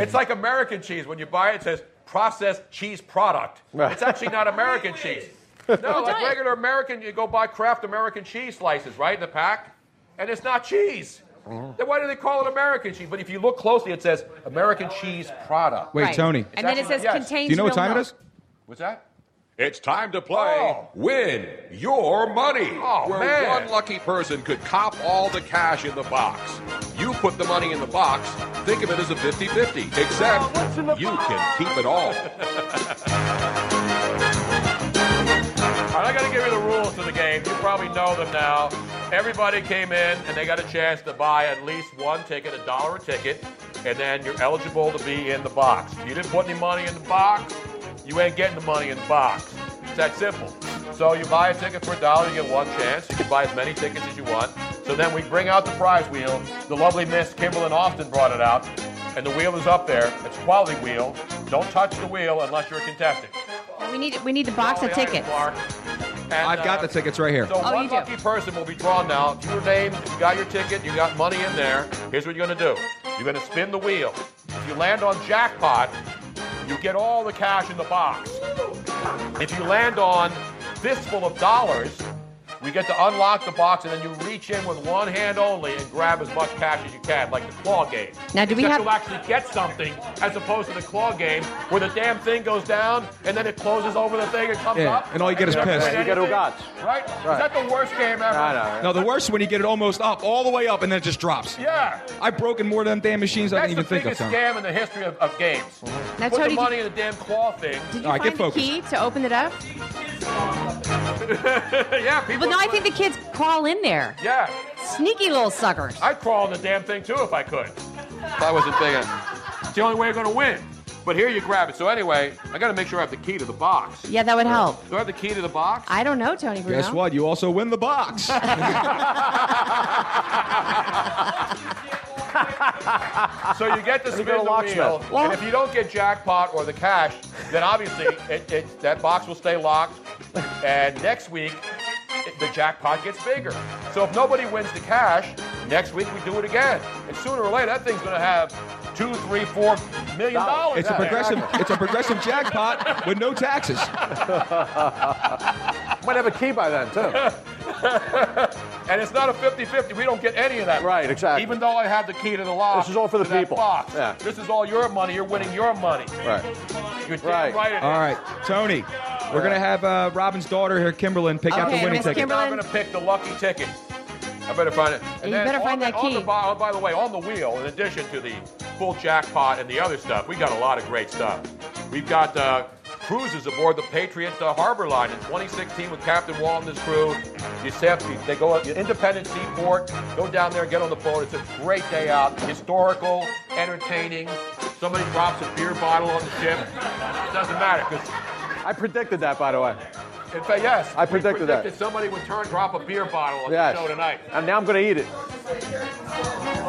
Speaker 5: It's like American cheese. When you buy it, it says processed cheese product. It's actually not American cheese. No, like
Speaker 4: don't-
Speaker 5: regular American, you go buy Kraft American cheese slices, right, in the pack, and it's not cheese. Then why do they call it American cheese? But if you look closely, it says American cheese product.
Speaker 7: Wait,
Speaker 4: Right.
Speaker 7: Tony.
Speaker 4: And then it says
Speaker 5: Yes.
Speaker 4: contains
Speaker 7: Do you know what
Speaker 4: real
Speaker 7: time it
Speaker 4: milk.
Speaker 7: is?
Speaker 5: What's that?
Speaker 11: It's time to play
Speaker 5: Oh.
Speaker 11: Win Your Money,
Speaker 5: Oh,
Speaker 11: where
Speaker 5: man.
Speaker 11: one lucky person could cop all the cash in the box. You put the money in the box, think of it as a 50 50,
Speaker 5: Oh,
Speaker 11: except you can keep it all.
Speaker 5: All right, I got to give you the rules to the game. You probably know them now. Everybody came in and they got a chance to buy at least one ticket, a dollar a ticket, and then you're eligible to be in the box. If you didn't put any money in the box, you ain't getting the money in the box. It's that simple. So you buy a ticket for a dollar, you get one chance. You can buy as many tickets as you want. So then we bring out the prize wheel. The lovely Miss Kimberlyn Austin brought it out, and the wheel is up there. It's a quality wheel. Don't touch the wheel unless you're a contestant.
Speaker 4: We need we need the box of
Speaker 5: Quality item,
Speaker 4: tickets.
Speaker 5: Mark. And,
Speaker 7: I've got
Speaker 5: uh,
Speaker 7: the tickets right here.
Speaker 5: so one
Speaker 4: Oh, you do.
Speaker 5: lucky person will be drawn now. Your name, you got your ticket, you got money in there. Here's what you're gonna do. You're gonna spin the wheel. If you land on jackpot, you get all the cash in the box. If you land on fistful of dollars, we get to unlock the box and then you reach in with one hand only and grab as much cash as you can, like the claw game.
Speaker 4: Now, do we
Speaker 5: Except
Speaker 4: have-
Speaker 5: you'll actually get something as opposed to the claw game where the damn thing goes down and then it closes over the thing and comes
Speaker 7: Yeah,
Speaker 5: up.
Speaker 7: and all you get is
Speaker 5: don't
Speaker 7: piss.
Speaker 5: win
Speaker 6: You get
Speaker 5: anything.
Speaker 6: Ugats.
Speaker 5: Right? Is that the worst game ever?
Speaker 6: I know.
Speaker 7: No, the worst when you get it almost up, all the way up, and then it just drops.
Speaker 5: Yeah.
Speaker 7: I've broken more than damn machines I
Speaker 5: That's
Speaker 7: didn't even
Speaker 5: the
Speaker 7: think of.
Speaker 5: biggest
Speaker 7: Tony.
Speaker 5: scam in the history of, of games.
Speaker 4: Now,
Speaker 5: Put
Speaker 4: Tony,
Speaker 5: the
Speaker 4: did-
Speaker 5: money in the damn claw thing.
Speaker 4: Did you
Speaker 7: All right,
Speaker 4: find
Speaker 7: get
Speaker 4: the
Speaker 7: focused.
Speaker 4: key to open it up?
Speaker 5: yeah, people.
Speaker 4: But no, I think the kids crawl in there.
Speaker 5: Yeah,
Speaker 4: Sneaky little suckers.
Speaker 5: I'd crawl in the damn thing too if I could. If I wasn't thinking. It's the only way you're going to win. But here you grab it. So anyway, I got to make sure I have the key to the box.
Speaker 4: Yeah, that would help.
Speaker 5: Do I have the key to the box?
Speaker 4: I don't know, Tony Bruno.
Speaker 7: Guess what? You also win the box.
Speaker 5: So you get to spin
Speaker 6: go to
Speaker 5: the
Speaker 6: locksmith.
Speaker 5: wheel,
Speaker 4: Well-
Speaker 5: and if you don't get jackpot or the cash, then obviously it, it, that box will stay locked. And next week, it- the jackpot gets bigger. So if nobody wins the cash, next week we do it again. And sooner or later, that thing's going to have two, three, four million dollars.
Speaker 7: It's a
Speaker 5: in it.
Speaker 7: progressive. It's a progressive jackpot with no taxes.
Speaker 6: Might have a key by then, too.
Speaker 5: And it's not a 50 50. We don't get any of that.
Speaker 6: Right, exactly.
Speaker 5: Even though I have the key to the lock.
Speaker 6: This is all for the
Speaker 5: to that
Speaker 6: people.
Speaker 5: box.
Speaker 6: Yeah.
Speaker 5: This is all your money. You're winning your money.
Speaker 6: Right.
Speaker 5: You're damn
Speaker 6: Right.
Speaker 5: right. it is.
Speaker 7: All right, Tony. We're gonna have uh, Robin's daughter here, Kimberlyn, pick out the
Speaker 4: Okay,
Speaker 7: winning
Speaker 4: Miss
Speaker 7: ticket.
Speaker 4: Kimberly.
Speaker 5: I'm gonna pick the lucky ticket. I better find it.
Speaker 4: You better
Speaker 5: on
Speaker 4: find
Speaker 5: the-
Speaker 4: that
Speaker 5: on the
Speaker 4: key.
Speaker 5: bo- oh, by the way, on the wheel, in addition to the full jackpot and the other stuff, we got a lot of great stuff. We've got uh, cruises aboard the Patriot uh, Harbor Line in 2016 with Captain Wall and his crew. You step, you- they go up to Independence Seaport, go down there, get on the boat. It's a great day out, historical, entertaining. Somebody drops a beer bottle on the ship. It doesn't matter because.
Speaker 6: I predicted that, by the way.
Speaker 5: In fact, yes.
Speaker 6: I
Speaker 5: we
Speaker 6: predicted that.
Speaker 5: Somebody would turn drop a beer bottle on
Speaker 6: Yes.
Speaker 5: the show tonight.
Speaker 6: And now I'm going to eat it.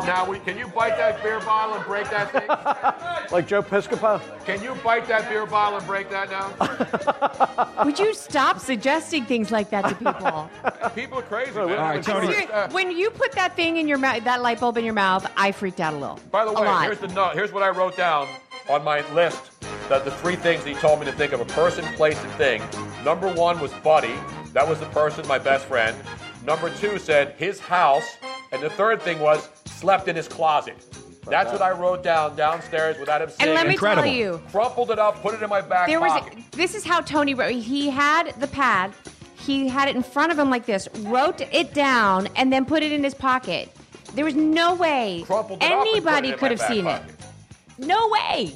Speaker 5: Now, we, can you bite that beer bottle and break that thing?
Speaker 6: Like Joe Piscopo?
Speaker 5: Can you bite that beer bottle and break that now?
Speaker 4: Would you stop suggesting things like that to people?
Speaker 5: People are crazy.
Speaker 7: All
Speaker 5: man.
Speaker 7: right, Tony.
Speaker 5: Uh,
Speaker 4: when you put that thing in your mouth, that light bulb in your mouth, I freaked out a little.
Speaker 5: By the
Speaker 4: a
Speaker 5: way,
Speaker 4: lot.
Speaker 5: here's the note. Here's what I wrote down on my list. That the three things he told me to think of: a person, place, and thing. Number one was Buddy. That was the person, my best friend. Number two said his house, and the third thing was slept in his closet. That's what I wrote down downstairs without him seeing.
Speaker 4: and let
Speaker 5: it.
Speaker 4: me tell you,
Speaker 5: crumpled it up, put it in my back
Speaker 4: there was.
Speaker 5: pocket.
Speaker 4: This is how Tony wrote. He had the pad. He had it in front of him like this. Wrote it down and then put it in his pocket. There was no way
Speaker 5: it up and put it
Speaker 4: anybody
Speaker 5: in
Speaker 4: could
Speaker 5: my
Speaker 4: have
Speaker 5: back
Speaker 4: seen
Speaker 5: pocket.
Speaker 4: it. No way.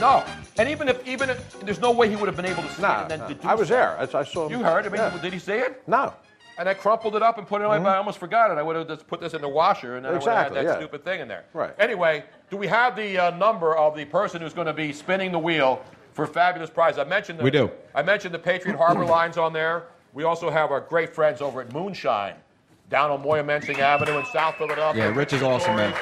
Speaker 5: No. And even if, even if, there's no way he would have been able to see it. And then to do
Speaker 6: I was
Speaker 5: so.
Speaker 6: there. I, I saw him.
Speaker 5: You heard? I mean,
Speaker 6: Yeah.
Speaker 5: did he see it?
Speaker 6: No.
Speaker 5: And I crumpled it up and put it in my
Speaker 6: Mhm.
Speaker 5: bag. I almost forgot it. I would have just put this in the washer and then I would have
Speaker 6: Exactly,
Speaker 5: had that
Speaker 6: yeah.
Speaker 5: stupid thing in there.
Speaker 6: Right.
Speaker 5: Anyway, do we have the uh, number of the person who's going to be spinning the wheel for fabulous prize? I mentioned the,
Speaker 7: We do.
Speaker 5: I mentioned the Patriot Harbor Lines on there. We also have our great friends over at Moonshine down on Moyamensing Avenue in South Philadelphia.
Speaker 7: Yeah, Rich is awesome, man.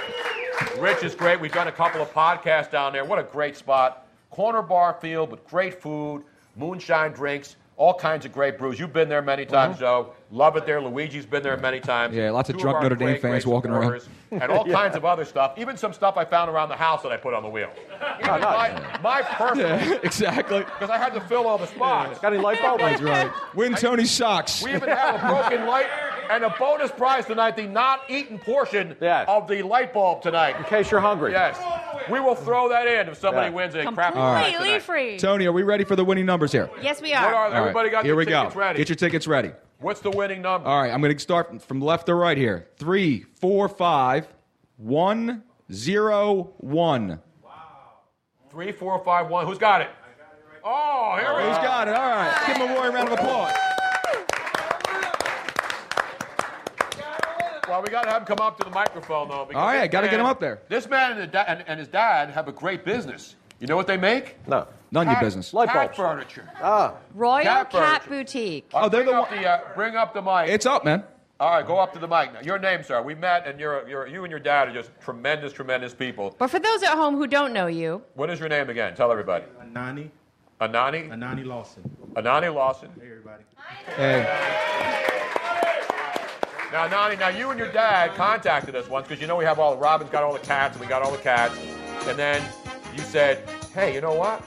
Speaker 5: Rich is great. We've done a couple of podcasts down there. What a great spot. Corner bar field with great food, moonshine drinks, all kinds of great brews. You've been there many times, Joe. Love it there. Luigi's been there many times.
Speaker 7: Mhm. Yeah, lots of
Speaker 5: Two
Speaker 7: drunk
Speaker 5: our
Speaker 7: Notre Dame
Speaker 5: great,
Speaker 7: fans
Speaker 5: great
Speaker 7: walking around.
Speaker 5: supporters, And all
Speaker 7: Yeah.
Speaker 5: kinds of other stuff. Even some stuff I found around the house that I put on the wheel. Even my, my personal.
Speaker 7: Ah, Yeah, exactly.
Speaker 5: Because I had to fill all the spots.
Speaker 6: Got any light bulbs?
Speaker 7: That's right. Win Tony's socks.
Speaker 5: We even have a broken light and a bonus prize tonight, the not eaten portion of the light bulb tonight. In
Speaker 6: case you're hungry.
Speaker 5: Yes. We will throw that in if somebody
Speaker 7: Yeah.
Speaker 5: wins a crap
Speaker 4: Completely
Speaker 7: All right.
Speaker 4: free.
Speaker 7: Tony, are we ready for the winning numbers here?
Speaker 4: Yes, we
Speaker 5: What
Speaker 4: are.
Speaker 5: are
Speaker 7: All right,
Speaker 5: everybody got
Speaker 7: here
Speaker 5: their
Speaker 7: we
Speaker 5: tickets
Speaker 7: go.
Speaker 5: ready?
Speaker 7: Get your tickets ready.
Speaker 5: What's the winning number?
Speaker 7: All right, I'm going to start from left to right here. Three, four, five, one, zero, one.
Speaker 5: Three, four, five, one. Who's got it? Oh, here we go.
Speaker 7: Who's got it? All right, give him a warm round of applause.
Speaker 5: Well, we got to have him come up to the microphone, though. because
Speaker 7: All right,
Speaker 5: this
Speaker 7: gotta get
Speaker 5: man-
Speaker 7: him up there.
Speaker 5: This man and, his da- and, and his dad have a great business. You know what they make?
Speaker 6: No.
Speaker 7: None of your
Speaker 5: Cat-
Speaker 7: business.
Speaker 5: Cat furniture.
Speaker 6: Ah.
Speaker 4: Royal
Speaker 5: Cat
Speaker 4: Cat,
Speaker 5: Furniture.
Speaker 4: Boutique.
Speaker 5: Oh, they're the, one. uh, bring up the mic.
Speaker 7: It's up, man.
Speaker 5: All right, go up to the mic now. Your name, sir. We met, and you're, you're, you and your dad are just tremendous, tremendous people.
Speaker 4: But for those at home who don't know you,
Speaker 5: What is your name again? Tell everybody.
Speaker 12: Anani.
Speaker 5: Anani?
Speaker 12: Anani Lawson.
Speaker 5: Anani Lawson.
Speaker 12: Hey, everybody.
Speaker 5: Now, Nani, now you and your dad contacted us once because you know we have all the Robin's got all the cats, and we got all the cats. And then you said, hey, you know what?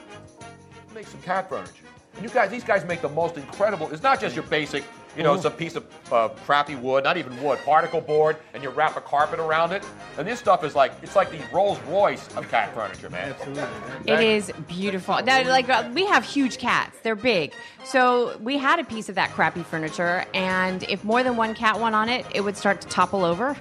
Speaker 5: Make some cat furniture. And you guys, these guys make the most incredible. It's not just your basic, you know, some piece of uh, crappy wood, not even wood, particle board, and you wrap a carpet around it. And this stuff is like, it's like the Rolls Royce of cat furniture, man. Absolutely.
Speaker 4: It is beautiful. That, like uh, we have huge cats. They're big. So we had a piece of that crappy furniture, and if more than one cat went on it, it would start to topple over.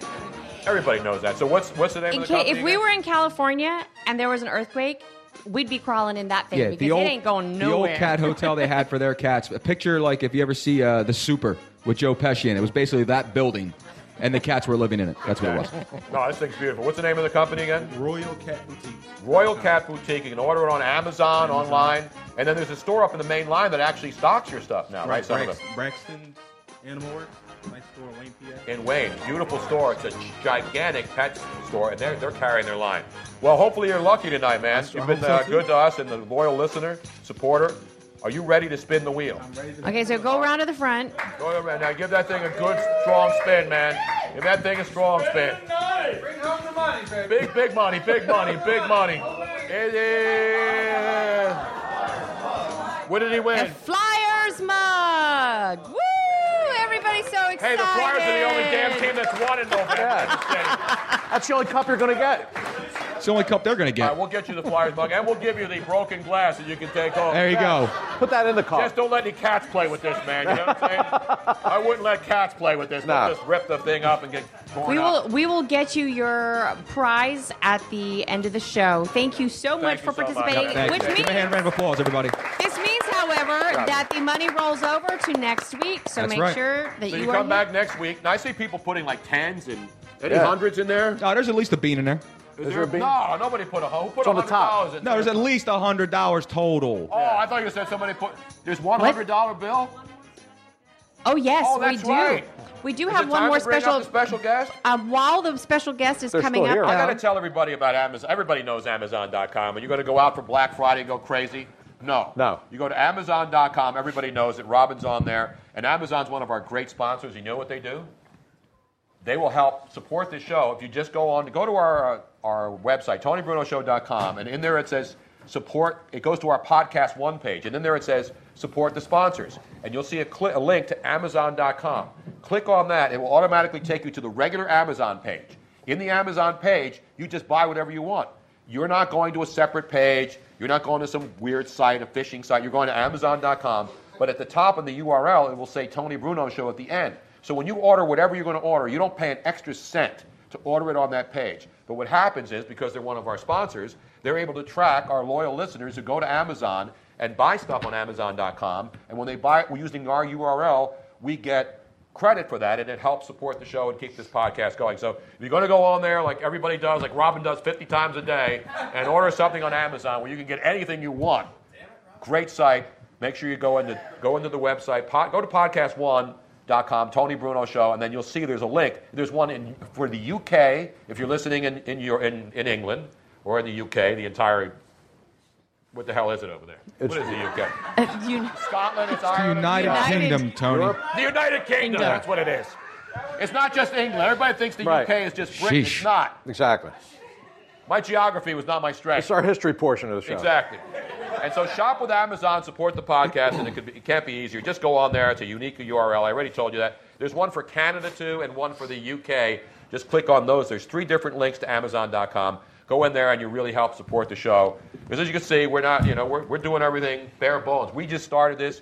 Speaker 5: Everybody knows that. So what's what's the name
Speaker 4: In
Speaker 5: of the
Speaker 4: ca-
Speaker 5: company?
Speaker 4: if we
Speaker 5: again?
Speaker 4: were in California and there was an earthquake, we'd be crawling in that thing
Speaker 7: Yeah,
Speaker 4: because
Speaker 7: the old,
Speaker 4: it ain't going
Speaker 7: the old
Speaker 4: nowhere.
Speaker 7: cat hotel they had for their cats. A picture like if you ever see uh, The Super with Joe Pesci in it. It was basically that building, and the cats were living in it. That's what it was.
Speaker 5: No, this thing's beautiful. What's the name of the company again?
Speaker 12: Royal Cat Boutique.
Speaker 5: Royal Cat Boutique. You can order it on Amazon, online, and then there's a store up in the main line that actually stocks your stuff now, right? Some of
Speaker 12: Brax-
Speaker 5: them.
Speaker 12: Braxton's Animal Works. Nice store in Wayne, PA.
Speaker 5: In Wayne, beautiful store. It's a gigantic pet store, and they're, they're carrying their line. Well, hopefully you're lucky tonight, man. You've been
Speaker 12: hope so,
Speaker 5: uh,
Speaker 12: too.
Speaker 5: good to us and the loyal listener, supporter. Are you ready to spin the wheel?
Speaker 4: okay, so go around to the front.
Speaker 5: Go ahead, man. Now give that thing a good, strong spin, man. Give that thing a strong spin.
Speaker 10: Bring home the money, baby.
Speaker 5: Big, big money, big money, big money. It is. What did he win?
Speaker 4: Flyers mug. Woo! Everybody's so excited.
Speaker 5: Hey, the Flyers are the only damn team that's won in November.
Speaker 6: That's the only cup you're going to get.
Speaker 7: It's the only cup they're going to
Speaker 5: All
Speaker 7: get.
Speaker 5: right, we'll get you the Flyers mug, and we'll give you the broken glass that you can take home.
Speaker 7: There you go.
Speaker 5: Put that in the car. Just don't let any cats play with this, man. You know what I'm saying? I wouldn't let cats play with this. They'll just rip the thing up and get torn
Speaker 4: We
Speaker 5: up.
Speaker 4: will we will get you your prize at the end of the show. Thank you so much for participating.
Speaker 7: Thank
Speaker 4: Which
Speaker 7: you. Give
Speaker 4: means
Speaker 7: a hand round of applause, everybody.
Speaker 4: this means, however,
Speaker 7: Got it.
Speaker 4: that the money rolls over to next week. So
Speaker 5: That's
Speaker 4: make
Speaker 5: right.
Speaker 4: sure that
Speaker 5: so
Speaker 4: you,
Speaker 5: you
Speaker 4: are
Speaker 5: come
Speaker 4: here.
Speaker 5: back next week. Now, I see people putting like tens and any
Speaker 7: Yeah.
Speaker 5: hundreds in there.
Speaker 7: No, there's at least a bean in there.
Speaker 5: Is there- No, nobody put a who put
Speaker 7: It's on the
Speaker 5: hundred dollars in
Speaker 7: No, there's
Speaker 5: there?
Speaker 7: at least a hundred dollars total.
Speaker 5: Oh, I thought you said somebody put. There's one hundred dollar bill.
Speaker 4: Oh yes,
Speaker 5: Oh,
Speaker 4: we
Speaker 5: that's
Speaker 4: do.
Speaker 5: right.
Speaker 4: We do
Speaker 5: Is
Speaker 4: have
Speaker 5: it
Speaker 4: one
Speaker 5: time
Speaker 4: more
Speaker 5: to bring up
Speaker 4: special
Speaker 5: the special guest.
Speaker 4: Um, while the special guest is coming up,
Speaker 5: I got
Speaker 4: though,
Speaker 5: to tell everybody about Amazon. Everybody knows Amazon.com. Are you going to go out for Black Friday and go crazy? No. No. You go to Amazon.com. Everybody knows it. Robin's on there. And Amazon's one of our great sponsors. You know what they do? They will help support the show. If you just go on, go to our, uh, our website, TonyBrunoShow.com. And in there it says support. It goes to our podcast one page. And in there it says support the sponsors. And you'll see a, cli- a link to Amazon.com. Click on that. It will automatically take you to the regular Amazon page. In the Amazon page, you just buy whatever you want. You're not going to a separate page. You're not going to some weird site, a phishing site. You're going to Amazon.com. But at the top in the URL, it will say Tony Bruno Show at the end. So when you order whatever you're going to order, you don't pay an extra cent to order it on that page. But what happens is, because they're one of our sponsors, they're able to track our loyal listeners who go to Amazon and buy stuff on Amazon.com. And when they buy it using our URL, we get credit for that, and it helps support the show and keep this podcast going. So if you're going to go on there like everybody does, like Robin does 50 times a day, and order something on Amazon where you can get anything you want. Great site. Make sure you go into go into the website. Pod, go to podcast1.com, Tony Bruno Show, and then you'll see there's a link. There's one in, for the UK if you're listening in in, your, in in England or in the UK, the entire. What the hell is it over there? what is the UK? Scotland, it's
Speaker 7: The
Speaker 5: Ireland.
Speaker 7: United, Kingdom, Tony.
Speaker 5: The United Kingdom.
Speaker 7: Kingdom.
Speaker 5: That's what it is. It's not just England. Everybody thinks the
Speaker 7: Right.
Speaker 5: UK is just Britain.
Speaker 7: Sheesh.
Speaker 5: It's not.
Speaker 6: Exactly.
Speaker 5: My geography was not my strength.
Speaker 6: It's our history portion of the show.
Speaker 5: Exactly. And so shop with Amazon, support the podcast, and it, could be, it can't be easier. Just go on there. It's a unique URL. I already told you that. There's one for Canada, too, and one for the UK. Just click on those. There's three different links to Amazon.com. Go in there, and you really help support the show. Because as you can see, we're not, you know, we're, we're doing everything bare bones. We just started this.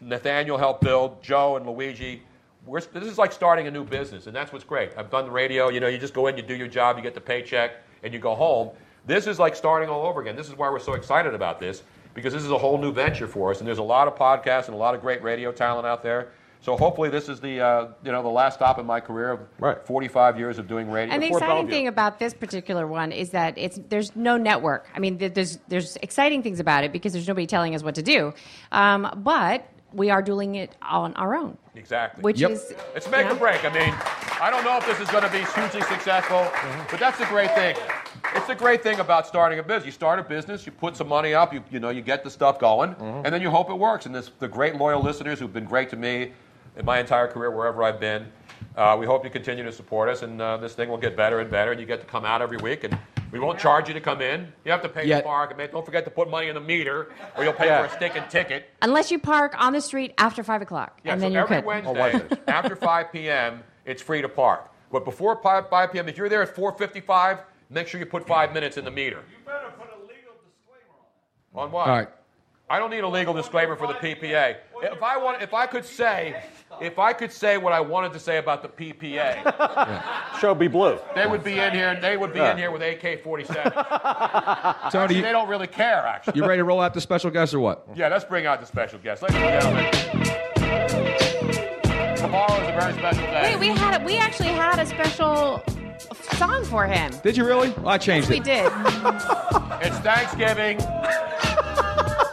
Speaker 5: Nathaniel helped build, Joe and Luigi. We're, this is like starting a new business, and that's what's great. I've done the radio. You know, you just go in, you do your job, you get the paycheck, and you go home. This is like starting all over again. This is why we're so excited about this because this is a whole new venture for us, and there's a lot of podcasts and a lot of great radio talent out there. So hopefully, this is the uh, you know the last stop in my career of 45 years of doing radio.
Speaker 4: and the
Speaker 5: Before
Speaker 4: exciting
Speaker 5: Bellevue.
Speaker 4: thing about this particular one is that it's there's no network. I mean, th- there's there's exciting things about it because there's nobody telling us what to do, um, but we are doing it on our own.
Speaker 5: Exactly.
Speaker 4: Which Yep. is-
Speaker 5: it's make or break. I mean, I don't know if this is going to be hugely successful,
Speaker 7: Mm-hmm.
Speaker 5: but that's the great thing. It's the great thing about starting a business. You start a business, you put some money up, you you know, you get the stuff going,
Speaker 7: Mm-hmm.
Speaker 5: and then you hope it works. And this, the great loyal listeners who've been great to me in my entire career, wherever I've been, uh, we hope you continue to support us, and uh, this thing will get better and better. And you get to come out every week, and we won't charge you to come in. You have to pay
Speaker 7: Yeah.
Speaker 5: the park, and man, don't forget to put money in the meter, or you'll pay
Speaker 7: Yeah.
Speaker 5: for a stinking ticket.
Speaker 4: Unless you park on the street after five o'clock,
Speaker 5: Yeah,
Speaker 4: and
Speaker 5: so
Speaker 4: then you're
Speaker 5: every
Speaker 4: good.
Speaker 5: Wednesday after 5 p.m. it's free to park. But before 5, 5 p.m., if you're there at 4:55, make sure you put five minutes in the meter. You better put a legal disclaimer on. On what?
Speaker 7: All right.
Speaker 5: I don't need a legal disclaimer for the PPA. If I want, if I could say, if I could say what I wanted to say about the PPA,
Speaker 6: Show be blue.
Speaker 5: they would be in here. They would be in here with AK-47.
Speaker 7: Tony,
Speaker 5: They don't really care, actually.
Speaker 7: you ready to roll out the special guest or what?
Speaker 5: Yeah, let's bring out the special guest, ladies and gentlemen. Tomorrow is a very special day.
Speaker 4: Wait, we had a, we actually had a special song for him.
Speaker 7: Did you really? Well, I changed
Speaker 4: We
Speaker 7: it.
Speaker 4: did.
Speaker 5: It's Thanksgiving.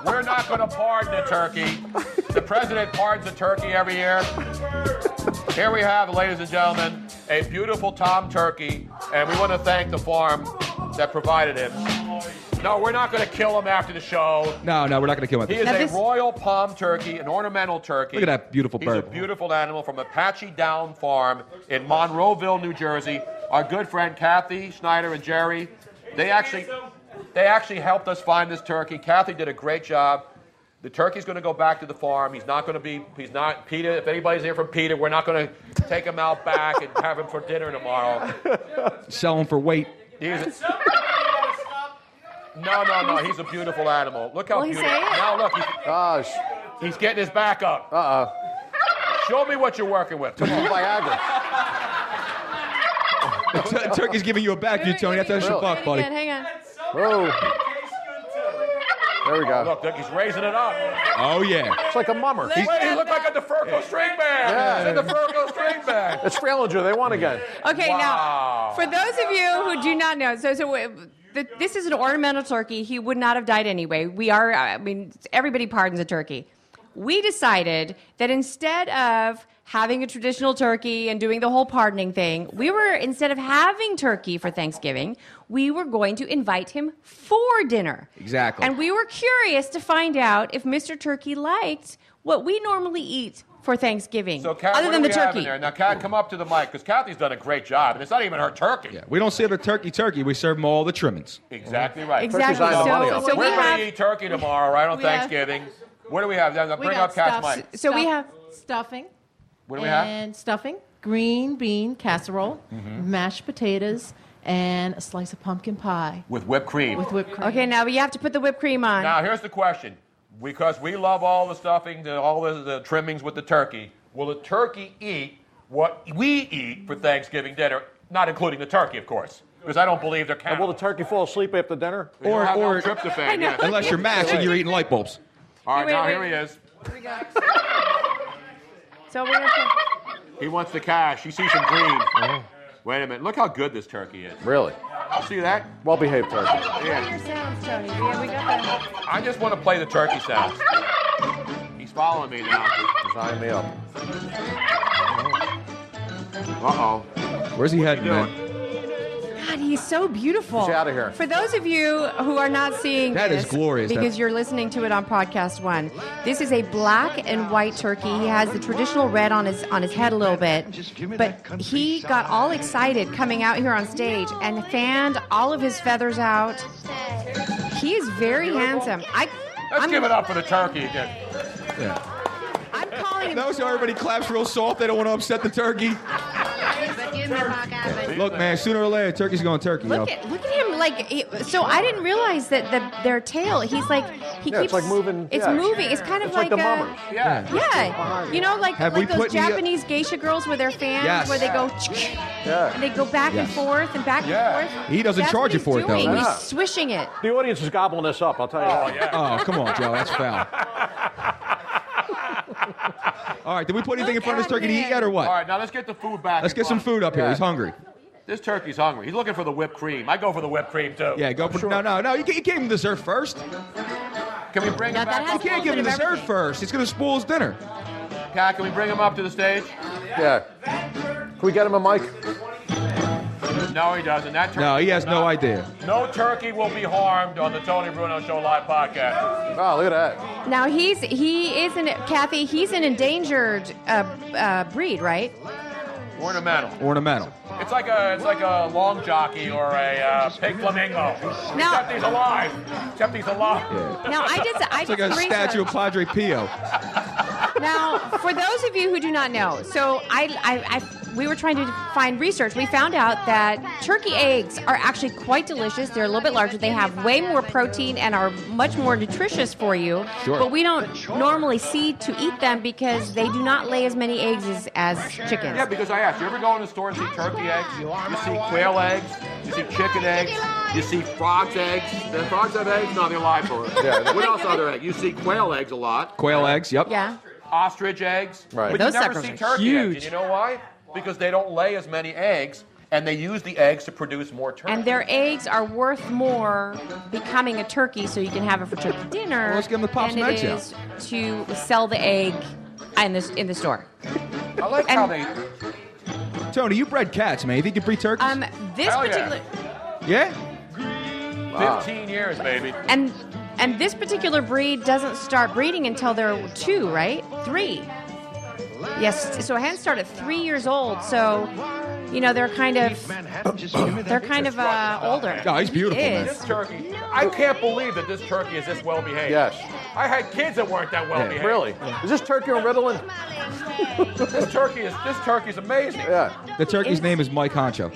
Speaker 5: We're not going to pardon a turkey. The president pardons a turkey every year. Here we have, ladies and gentlemen, a beautiful Tom turkey, and we want to thank the farm that provided him. No, we're not going to kill him after the show.
Speaker 7: No, no, we're not going to kill him.
Speaker 5: He is a royal palm turkey, an ornamental turkey.
Speaker 7: Look at that beautiful
Speaker 5: He's
Speaker 7: bird.
Speaker 5: a beautiful animal from Apache Down Farm in Monroeville, New Jersey. Our good friend Kathy Schneider and Jerry, they actually, they actually helped us find this turkey. Kathy did a great job. The turkey's going to go back to the farm. He's not going to be. He's not Peter. If anybody's here from Peter, we're not going to take him out back and have him for dinner tomorrow.
Speaker 7: Sell him for weight.
Speaker 5: He's, No, no, no. He's a beautiful animal. Look how
Speaker 4: Will he
Speaker 5: beautiful.
Speaker 4: say it?
Speaker 5: Now look. He's, Gosh. He's getting his back up. Uh-uh. Show me what you're working with. Come on. Viagra.
Speaker 7: Tur- Turkey's giving you a back view, Tony. That's an extra buck, buddy.
Speaker 4: Hang on.
Speaker 7: Whoa.
Speaker 5: There we go. look, look, he's raising it up.
Speaker 7: Oh yeah. It's
Speaker 5: like a mummer. Wait, he looked like a Defurco string band.
Speaker 6: Yeah.
Speaker 5: He's a Defurco string band.
Speaker 6: It's Fralinger. They won again.
Speaker 4: Okay,
Speaker 6: Wow.
Speaker 4: now for those of you who do not know, so so. w the, this is an ornamental turkey. He would not have died anyway. We are, uh, I mean, everybody pardons a turkey. We decided that instead of having a traditional turkey and doing the whole pardoning thing, we were, instead of having turkey for Thanksgiving, we were going to invite him for dinner.
Speaker 7: Exactly.
Speaker 4: And we were curious to find out if Mr. Turkey liked what we normally eat for Thanksgiving,
Speaker 5: So, Kat,
Speaker 4: other
Speaker 5: what
Speaker 4: than
Speaker 5: do
Speaker 4: the
Speaker 5: we have in
Speaker 4: turkey.
Speaker 5: there? Now, Kat, come up to the mic because Kathy's done a great job, and it's not even her turkey.
Speaker 7: We don't serve a turkey turkey. We serve them all the trimmings.
Speaker 5: Exactly right.
Speaker 7: Exactly. Turkey's on the So- money. so
Speaker 5: we're
Speaker 7: we
Speaker 5: gonna
Speaker 7: have-
Speaker 5: eat turkey tomorrow, right on
Speaker 13: we have-
Speaker 5: Thanksgiving. What do we have? Now,
Speaker 13: We
Speaker 5: Bring
Speaker 13: got
Speaker 5: up Kat's
Speaker 13: stuff-
Speaker 5: mic.
Speaker 4: So we have
Speaker 13: stuffing.
Speaker 5: What do we have?
Speaker 13: And stuffing, green bean casserole,
Speaker 5: Mhm.
Speaker 13: mashed potatoes, and a slice of pumpkin pie.
Speaker 5: With whipped cream.
Speaker 13: With whipped cream.
Speaker 4: Okay, now you have to put the whipped cream on.
Speaker 5: Now, here's the question: because we love all the stuffing, the, all the, the trimmings with the turkey, will the turkey eat what we eat for Thanksgiving dinner? Not including the turkey, of course, because I don't believe they're counting. Will the turkey fall asleep after dinner?
Speaker 7: Or-
Speaker 5: or,
Speaker 7: or-
Speaker 4: I know.
Speaker 7: Unless you're Max and you're eating light bulbs.
Speaker 5: All right,
Speaker 4: Wait,
Speaker 5: now
Speaker 4: wait.
Speaker 5: here he is.
Speaker 4: So we're gonna put-
Speaker 5: He wants the cash. He sees some green. Wait a minute. Look how good this turkey is.
Speaker 6: Uh-huh. Really?
Speaker 5: See that?
Speaker 6: Well behaved turkey.
Speaker 5: Yeah.
Speaker 4: sounds, Tony. Yeah, we got
Speaker 5: I just want to play the turkey sounds. He's following me now. He's eyeing me up. Uh oh.
Speaker 7: Where's he heading, man?
Speaker 4: God, he's so beautiful.
Speaker 7: He's outta here.
Speaker 4: For those of you who are not seeing
Speaker 7: That is
Speaker 4: this,
Speaker 7: glorious.
Speaker 4: because
Speaker 7: That-
Speaker 4: you're listening to it on podcast one. This is a black and white turkey. He has the traditional red on his on his head a little bit, but he got all excited coming out here on stage and fanned all of his feathers out. He is very handsome. I
Speaker 5: Let's give it up for the turkey again.
Speaker 4: I'm calling him.
Speaker 7: That was how everybody claps real soft. They don't want to upset the turkey. Look, man, sooner or later, turkey's going turkey, yo.
Speaker 4: Look at, look at him like he- so I didn't realize that the, their tail he's like he
Speaker 7: Yeah,
Speaker 4: keeps
Speaker 7: it's like moving-
Speaker 4: it's
Speaker 7: yeah.
Speaker 4: moving it's kind of
Speaker 7: It's like the
Speaker 4: uh,
Speaker 7: mummers.
Speaker 5: Yeah.
Speaker 4: yeah, you know like
Speaker 7: Have we
Speaker 4: like those
Speaker 7: put any, uh,
Speaker 4: Japanese geisha girls with their fans
Speaker 7: Yes.
Speaker 4: where they go and they go back and
Speaker 6: Yes.
Speaker 4: forth and back
Speaker 6: Yeah.
Speaker 4: and forth
Speaker 7: He doesn't
Speaker 4: That's what
Speaker 7: charge you
Speaker 4: he's
Speaker 7: for it, though.
Speaker 4: doing. he's
Speaker 6: Yeah.
Speaker 4: swishing it
Speaker 6: The audience is gobbling this up, I'll tell you. that.
Speaker 7: Oh, come on, Joe. That's foul. All right, did we put anything in front of this turkey to eat yet or
Speaker 5: All
Speaker 7: what?
Speaker 5: right, now let's get the food back.
Speaker 7: Let's
Speaker 5: in
Speaker 7: get some
Speaker 5: front.
Speaker 7: food up here.
Speaker 5: Yeah.
Speaker 7: He's hungry.
Speaker 5: This turkey's hungry. He's looking for the whipped cream. I go for the whipped cream too.
Speaker 7: Yeah, go for No, no, no. You, g- you gave him dessert first.
Speaker 5: Can we bring him back?
Speaker 7: You can't give him dessert first. It's going to spoil his dinner.
Speaker 5: Kat, can we bring him up to the stage?
Speaker 6: Yeah. Can we get him a mic?
Speaker 5: No, he doesn't. That turkey
Speaker 7: No, he has no idea.
Speaker 5: No turkey will be harmed on the Tony Bruno Show live podcast.
Speaker 6: Oh, look at that.
Speaker 4: now he's he is an Kathy he's an endangered uh, uh, breed right
Speaker 5: Ornamental.
Speaker 7: Ornamental.
Speaker 5: It's like a it's like a long jockey or a uh, pig flamingo.
Speaker 4: Now-
Speaker 5: Except he's alive. Except he's alive.
Speaker 4: Now, I just- I
Speaker 7: It's like a statue of Padre Pio.
Speaker 4: Now, for those of you who do not know, so I, I, I, we were trying to find research. We found out that turkey eggs are actually quite delicious. They're a little bit larger. They have way more protein and are much more nutritious for you.
Speaker 14: Sure.
Speaker 4: But we don't normally see to eat them because they do not lay as many eggs as, as chickens.
Speaker 5: Yeah, because I asked. You ever go in the store and see turkey eggs? You see quail eggs. You see chicken eggs. You see frogs eggs. The frogs have eggs. No, they're live for it.
Speaker 7: Yeah.
Speaker 5: What else are there? eggs? You see quail eggs a lot.
Speaker 7: Quail eggs, yep.
Speaker 4: Yeah.
Speaker 5: Ostrich eggs.
Speaker 7: Right.
Speaker 5: But
Speaker 7: Those
Speaker 5: you never
Speaker 7: suckers
Speaker 5: see
Speaker 7: are
Speaker 5: turkey
Speaker 7: huge.
Speaker 5: eggs. And you know why? Because they don't lay as many eggs, and they use the eggs to produce more turkey.
Speaker 4: And their eggs are worth more becoming a turkey, so you can have it for turkey dinner.
Speaker 5: Well, let's give 'em the Pops
Speaker 4: than it
Speaker 5: Nights out.
Speaker 4: is to sell the egg in the in the store.
Speaker 5: I like how they.
Speaker 7: Tony, you bred cats, man. You think you breed turkeys?
Speaker 4: Um, this
Speaker 5: Hell yeah.
Speaker 4: particular
Speaker 7: yeah?
Speaker 6: Ah.
Speaker 5: 15 years, baby.
Speaker 4: and and this particular breed doesn't start breeding until they're two, right? Three. Yes. So hens start at three years old. So, you know, they're kind of they're kind of uh, older. It is.
Speaker 5: This turkey, I can't believe that this turkey is this well behaved.
Speaker 6: Yes.
Speaker 5: I had kids that weren't that well behaved.
Speaker 6: Really? Is this turkey on Ritalin?
Speaker 5: this turkey is this turkey's amazing.
Speaker 6: Yeah.
Speaker 7: The turkey's name is Mike Honcho.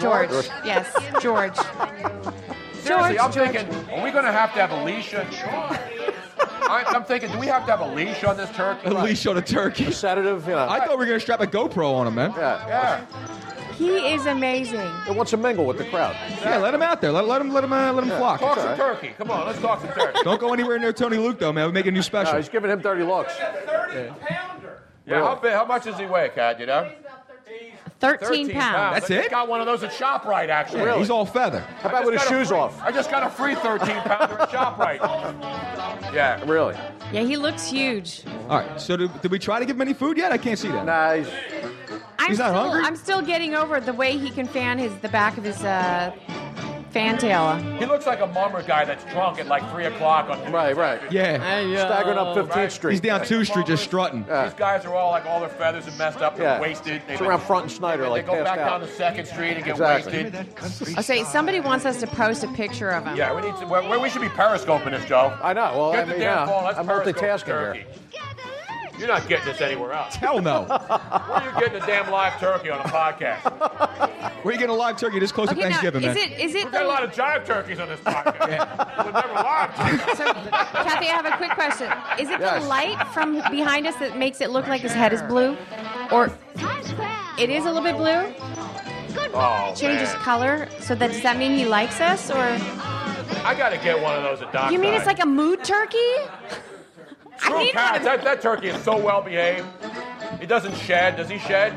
Speaker 4: George.
Speaker 7: George.
Speaker 4: Yes, George.
Speaker 5: seriously,
Speaker 10: George,
Speaker 5: I'm thinking, are we going to have to have Alicia and Sean? I, I'm thinking, do we have to have a leash on this turkey?
Speaker 7: At least on a turkey. A
Speaker 6: sedative,
Speaker 7: I thought we were going to strap a GoPro on him, man.
Speaker 6: Yeah.
Speaker 4: He is amazing.
Speaker 6: It wants to mingle with the crowd.
Speaker 7: Yeah, let him out there. Let, let him let him uh, let him flock.
Speaker 5: Talk some turkey. Come on, let's talk some turkey.
Speaker 7: Don't go anywhere near Tony Luke though, man. We make a new special.
Speaker 6: he's giving him dirty looks.
Speaker 5: Yeah, how, big, how much does he weigh, Cat? You know?
Speaker 13: 13, pounds.
Speaker 5: I just got one of those at ShopRite, actually.
Speaker 7: Yeah, he's all feather.
Speaker 6: How about with his shoes off?
Speaker 5: I just got a free 13 pounder at ShopRite. Yeah,
Speaker 6: really.
Speaker 4: Yeah, he looks huge.
Speaker 7: All right. So did, did we try to give him any food yet? I can't see that.
Speaker 6: Nah, he's,
Speaker 4: I'm
Speaker 7: not
Speaker 4: still,
Speaker 7: hungry.
Speaker 4: I'm still getting over the way he can fan his the back of his uh, fantail.
Speaker 5: He looks like a mummer guy that's drunk at like 3 o'clock on Right, right.
Speaker 7: Yeah.
Speaker 6: Staggering up 15th Street.
Speaker 7: He's down two street just strutting.
Speaker 5: These guys are all like all their feathers are messed up, they're
Speaker 6: Yeah.
Speaker 5: wasted.
Speaker 6: It's around Front and Snyder,
Speaker 5: They
Speaker 6: like,
Speaker 5: go
Speaker 6: passed
Speaker 5: back
Speaker 6: out.
Speaker 5: down to Second Street and get
Speaker 6: Exactly.
Speaker 5: wasted.
Speaker 4: I'll say somebody wants us to post a picture of him.
Speaker 5: Yeah, we need to. Where, where we should be periscoping this, Joe.
Speaker 6: I know. Well,
Speaker 5: Get
Speaker 6: I
Speaker 5: the
Speaker 6: mean,
Speaker 5: damn
Speaker 6: yeah,
Speaker 5: phone. Let's
Speaker 6: I'm
Speaker 5: periscope the
Speaker 6: multitasking
Speaker 5: turkey. You're not getting this anywhere else.
Speaker 7: Hell no.
Speaker 5: Where are you getting a damn live turkey on a podcast?
Speaker 7: Where you getting a live turkey this close to Thanksgiving, man?
Speaker 4: is it
Speaker 5: We've got a lot of jive turkeys on this podcast. We've never live turkeys.
Speaker 4: So, Kathy, I have a quick question. Is it
Speaker 5: Yes.
Speaker 4: the light from behind us that makes it look like his head is blue, or it is a little bit blue?
Speaker 5: Oh,
Speaker 4: Changes
Speaker 5: man.
Speaker 4: color. So that does that mean he likes us, or
Speaker 5: I gotta get one of those at Doc's.
Speaker 4: you mean it's like a mood turkey?
Speaker 5: True cats. That, that turkey is so well behaved. He doesn't shed. Does he shed?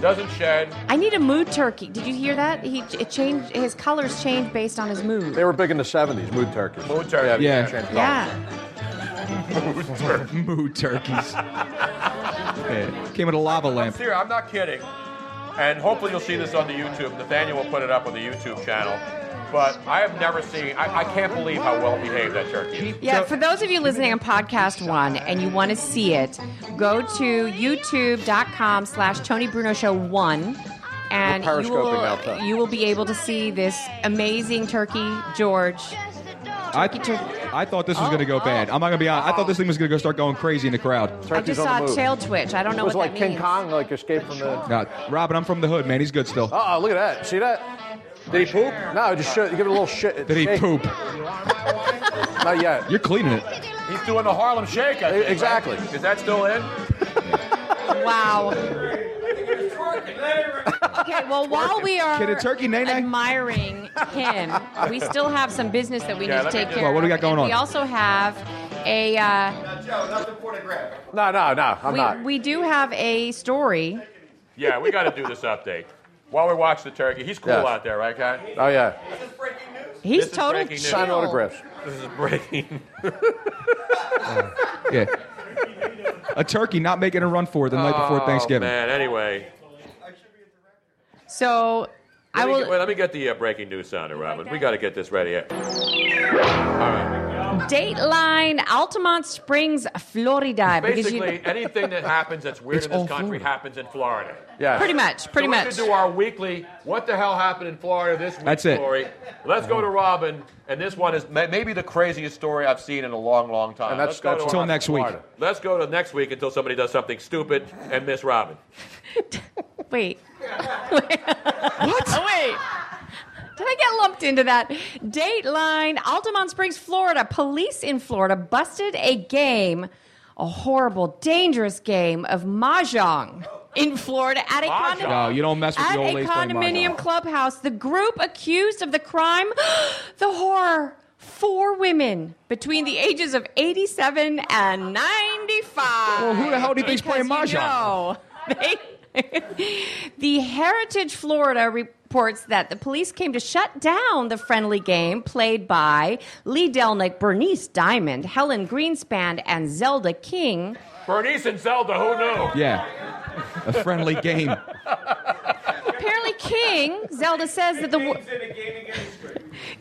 Speaker 5: Doesn't shed.
Speaker 4: I need a mood turkey. Did you hear that? He it changed. His colors change based on his mood.
Speaker 6: they were big in the 70s, mood turkeys.
Speaker 5: Mood turkeys.
Speaker 7: Yeah.
Speaker 6: changed colors.
Speaker 4: Yeah.
Speaker 5: Mood turkey.
Speaker 7: Mood turkeys. Yeah. Came with a lava lamp.
Speaker 5: Serious, I'm not kidding. And hopefully you'll see this on the YouTube. Nathaniel will put it up on the YouTube channel. But I have never seen. I, I can't believe how well behaved that turkey is.
Speaker 4: Yeah, for those of you listening on podcast one and you want to see it, go to youtube.com slash Tony Bruno Show one and
Speaker 6: We're
Speaker 4: you
Speaker 6: periscoping out
Speaker 4: will,
Speaker 6: there.
Speaker 4: you will be able to see this amazing turkey, George.
Speaker 7: I, I thought this was going to go bad. I'm not going to be honest. I thought this thing was going to go start going crazy in the crowd.
Speaker 4: I just saw a tail twitch. I don't know
Speaker 6: it was
Speaker 4: what
Speaker 6: like
Speaker 4: that
Speaker 6: King
Speaker 4: means.
Speaker 6: Kong, like escaped from the.
Speaker 7: Nah, Robin, I'm from the hood, man. He's good still.
Speaker 6: Uh oh, look at that. See that? Did he poop? No, just show, give it a little shit.
Speaker 7: Did he
Speaker 6: shake.
Speaker 7: poop?
Speaker 6: Not yet.
Speaker 7: You're cleaning it.
Speaker 5: He's doing the Harlem Shake. I think, right?
Speaker 6: Exactly.
Speaker 5: Is that still in?
Speaker 4: Wow. Okay, well, while we are
Speaker 7: Can a turkey nay-nay?
Speaker 4: admiring him, we still have some business that we
Speaker 7: Yeah,
Speaker 4: need
Speaker 7: let
Speaker 4: to
Speaker 7: me
Speaker 4: take
Speaker 7: do-
Speaker 4: care
Speaker 7: Well,
Speaker 4: of.
Speaker 7: what do we got going
Speaker 4: And We
Speaker 7: on?
Speaker 4: also have a. Uh,
Speaker 6: No, no, Oh, no. I'm
Speaker 4: we,
Speaker 6: not.
Speaker 4: we do have a story.
Speaker 5: Yeah, we got to do this update. While we watch the turkey, he's cool
Speaker 6: Yes.
Speaker 5: out there, right, Cat?
Speaker 6: Oh yeah.
Speaker 4: He's
Speaker 5: This is
Speaker 4: total
Speaker 5: breaking news.
Speaker 4: chill.
Speaker 6: Sign autographs.
Speaker 5: This is breaking.
Speaker 7: Yeah. A turkey not making a run for it the night before
Speaker 5: Oh,
Speaker 7: Thanksgiving.
Speaker 5: man, anyway.
Speaker 4: So I
Speaker 5: Let me,
Speaker 4: will.
Speaker 5: get, wait, let me get the uh, breaking news sounder, Robin. We got to get this ready. All right.
Speaker 4: Dateline Altamont Springs, Florida. Because you,
Speaker 5: Basically, anything that happens that's weird
Speaker 7: It's
Speaker 5: in this
Speaker 7: all
Speaker 5: country
Speaker 7: Florida.
Speaker 5: happens in Florida.
Speaker 6: Yeah.
Speaker 4: pretty much, pretty
Speaker 5: so
Speaker 4: much.
Speaker 5: We could do our weekly "What the hell happened in Florida this week?"
Speaker 7: That's it.
Speaker 5: story. Let's go to Robin, and this one is may- maybe the craziest story I've seen in a long, long time.
Speaker 6: And that's
Speaker 5: Let's go
Speaker 6: that's
Speaker 5: to
Speaker 7: Till
Speaker 5: our-
Speaker 7: next week.
Speaker 6: Florida.
Speaker 5: Let's go to next week until somebody does something stupid and miss Robin.
Speaker 4: Wait. what? Wait. Did I get lumped into that? Dateline, Altamont Springs, Florida. Police in Florida busted a game, a horrible, dangerous game of mahjong in Florida at a
Speaker 5: Mahjong?
Speaker 4: condo-
Speaker 7: No, you don't mess with
Speaker 4: at
Speaker 7: the old
Speaker 4: a
Speaker 7: ladies playing
Speaker 4: condominium
Speaker 7: mahjong.
Speaker 4: clubhouse. The group accused of the crime, the horror. Four women between the ages of 87 and 95.
Speaker 7: Well, who the hell do you think's
Speaker 4: Because
Speaker 7: playing
Speaker 4: you
Speaker 7: mahjong?
Speaker 4: know, they- the Heritage Florida reports that the police came to shut down the friendly game played by Lee Delnick, Bernice Diamond, Helen Greenspan, and Zelda King.
Speaker 5: Bernice and Zelda, who knew?
Speaker 7: Yeah. A friendly game.
Speaker 4: Apparently, King Zelda says that the wo-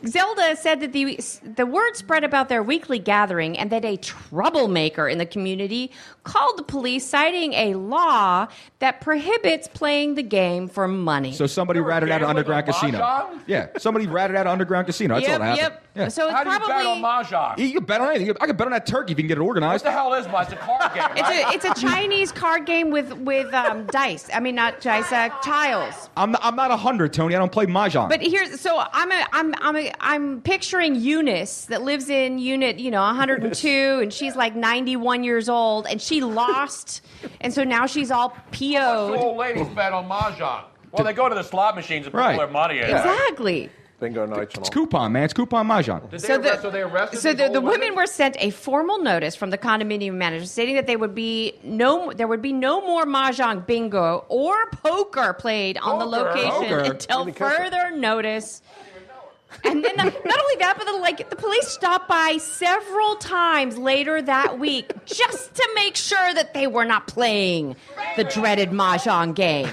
Speaker 4: Zelda said that the the word spread about their weekly gathering and that a troublemaker in the community called the police, citing a law that prohibits playing the game for money.
Speaker 7: So somebody ratted
Speaker 5: game
Speaker 7: out an
Speaker 5: with
Speaker 7: underground
Speaker 5: a
Speaker 7: casino.
Speaker 5: mahjong?
Speaker 7: Yeah, somebody ratted out an underground casino. That's all
Speaker 4: yep,
Speaker 7: that happened.
Speaker 4: yep.
Speaker 7: Yeah.
Speaker 4: So it's
Speaker 5: How do you
Speaker 4: probably
Speaker 5: bet on Mahjong?
Speaker 7: You can bet on anything. I can bet on that turkey if you can get it
Speaker 5: What
Speaker 7: organized.
Speaker 5: the hell is Mahjong? It's a card game.
Speaker 4: It's a it's a Chinese card game with with um, dice. I mean, not dice, uh, tiles.
Speaker 7: I'm not, I'm not 100, Tony. I don't play Mahjong.
Speaker 4: But here's so I'm a, I'm I'm a, I'm picturing Eunice that lives in unit you know 102 and she's like 91 years old and she lost and so now she's all
Speaker 5: Two
Speaker 4: PO'd.
Speaker 5: old ladies bet on Mahjong. Well, they go to the slot machines and put all
Speaker 7: Right.
Speaker 5: their money in. right?
Speaker 4: Exactly.
Speaker 7: Bingo nights. It's coupon, man. It's coupon Mahjong.
Speaker 5: Did they
Speaker 4: So the-
Speaker 5: arrest, so they arrested
Speaker 4: So
Speaker 5: these
Speaker 4: the,
Speaker 5: old
Speaker 4: the women were sent a formal notice from the condominium manager stating that they would be no there would be no more mahjong, bingo, or poker played on the
Speaker 2: Poker?
Speaker 4: location
Speaker 2: Poker?
Speaker 4: until
Speaker 2: Let me catch it.
Speaker 4: further notice. And then the, not only that, but the, like the police stopped by several times later that week just to make sure that they were not playing the dreaded mahjong game.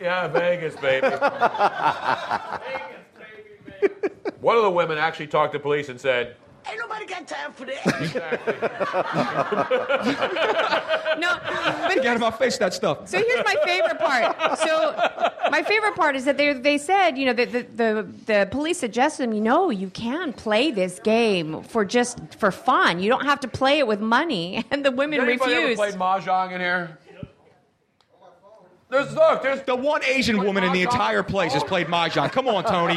Speaker 5: Yeah, Vegas, baby. One of the women actually talked to police and said,
Speaker 2: Ain't nobody got time for that.
Speaker 4: No, but
Speaker 7: Get out of my face, that stuff.
Speaker 4: So here's my favorite part. So my favorite part is that they they said, you know, that the, the the police suggested them, you know, you can play this game for just for fun. You don't have to play it with money. And the women
Speaker 5: Did anybody
Speaker 4: refused.
Speaker 5: ever played mahjong in here? There's look, there's
Speaker 7: the one Asian woman in the entire place has played Mahjong. Come on, Tony.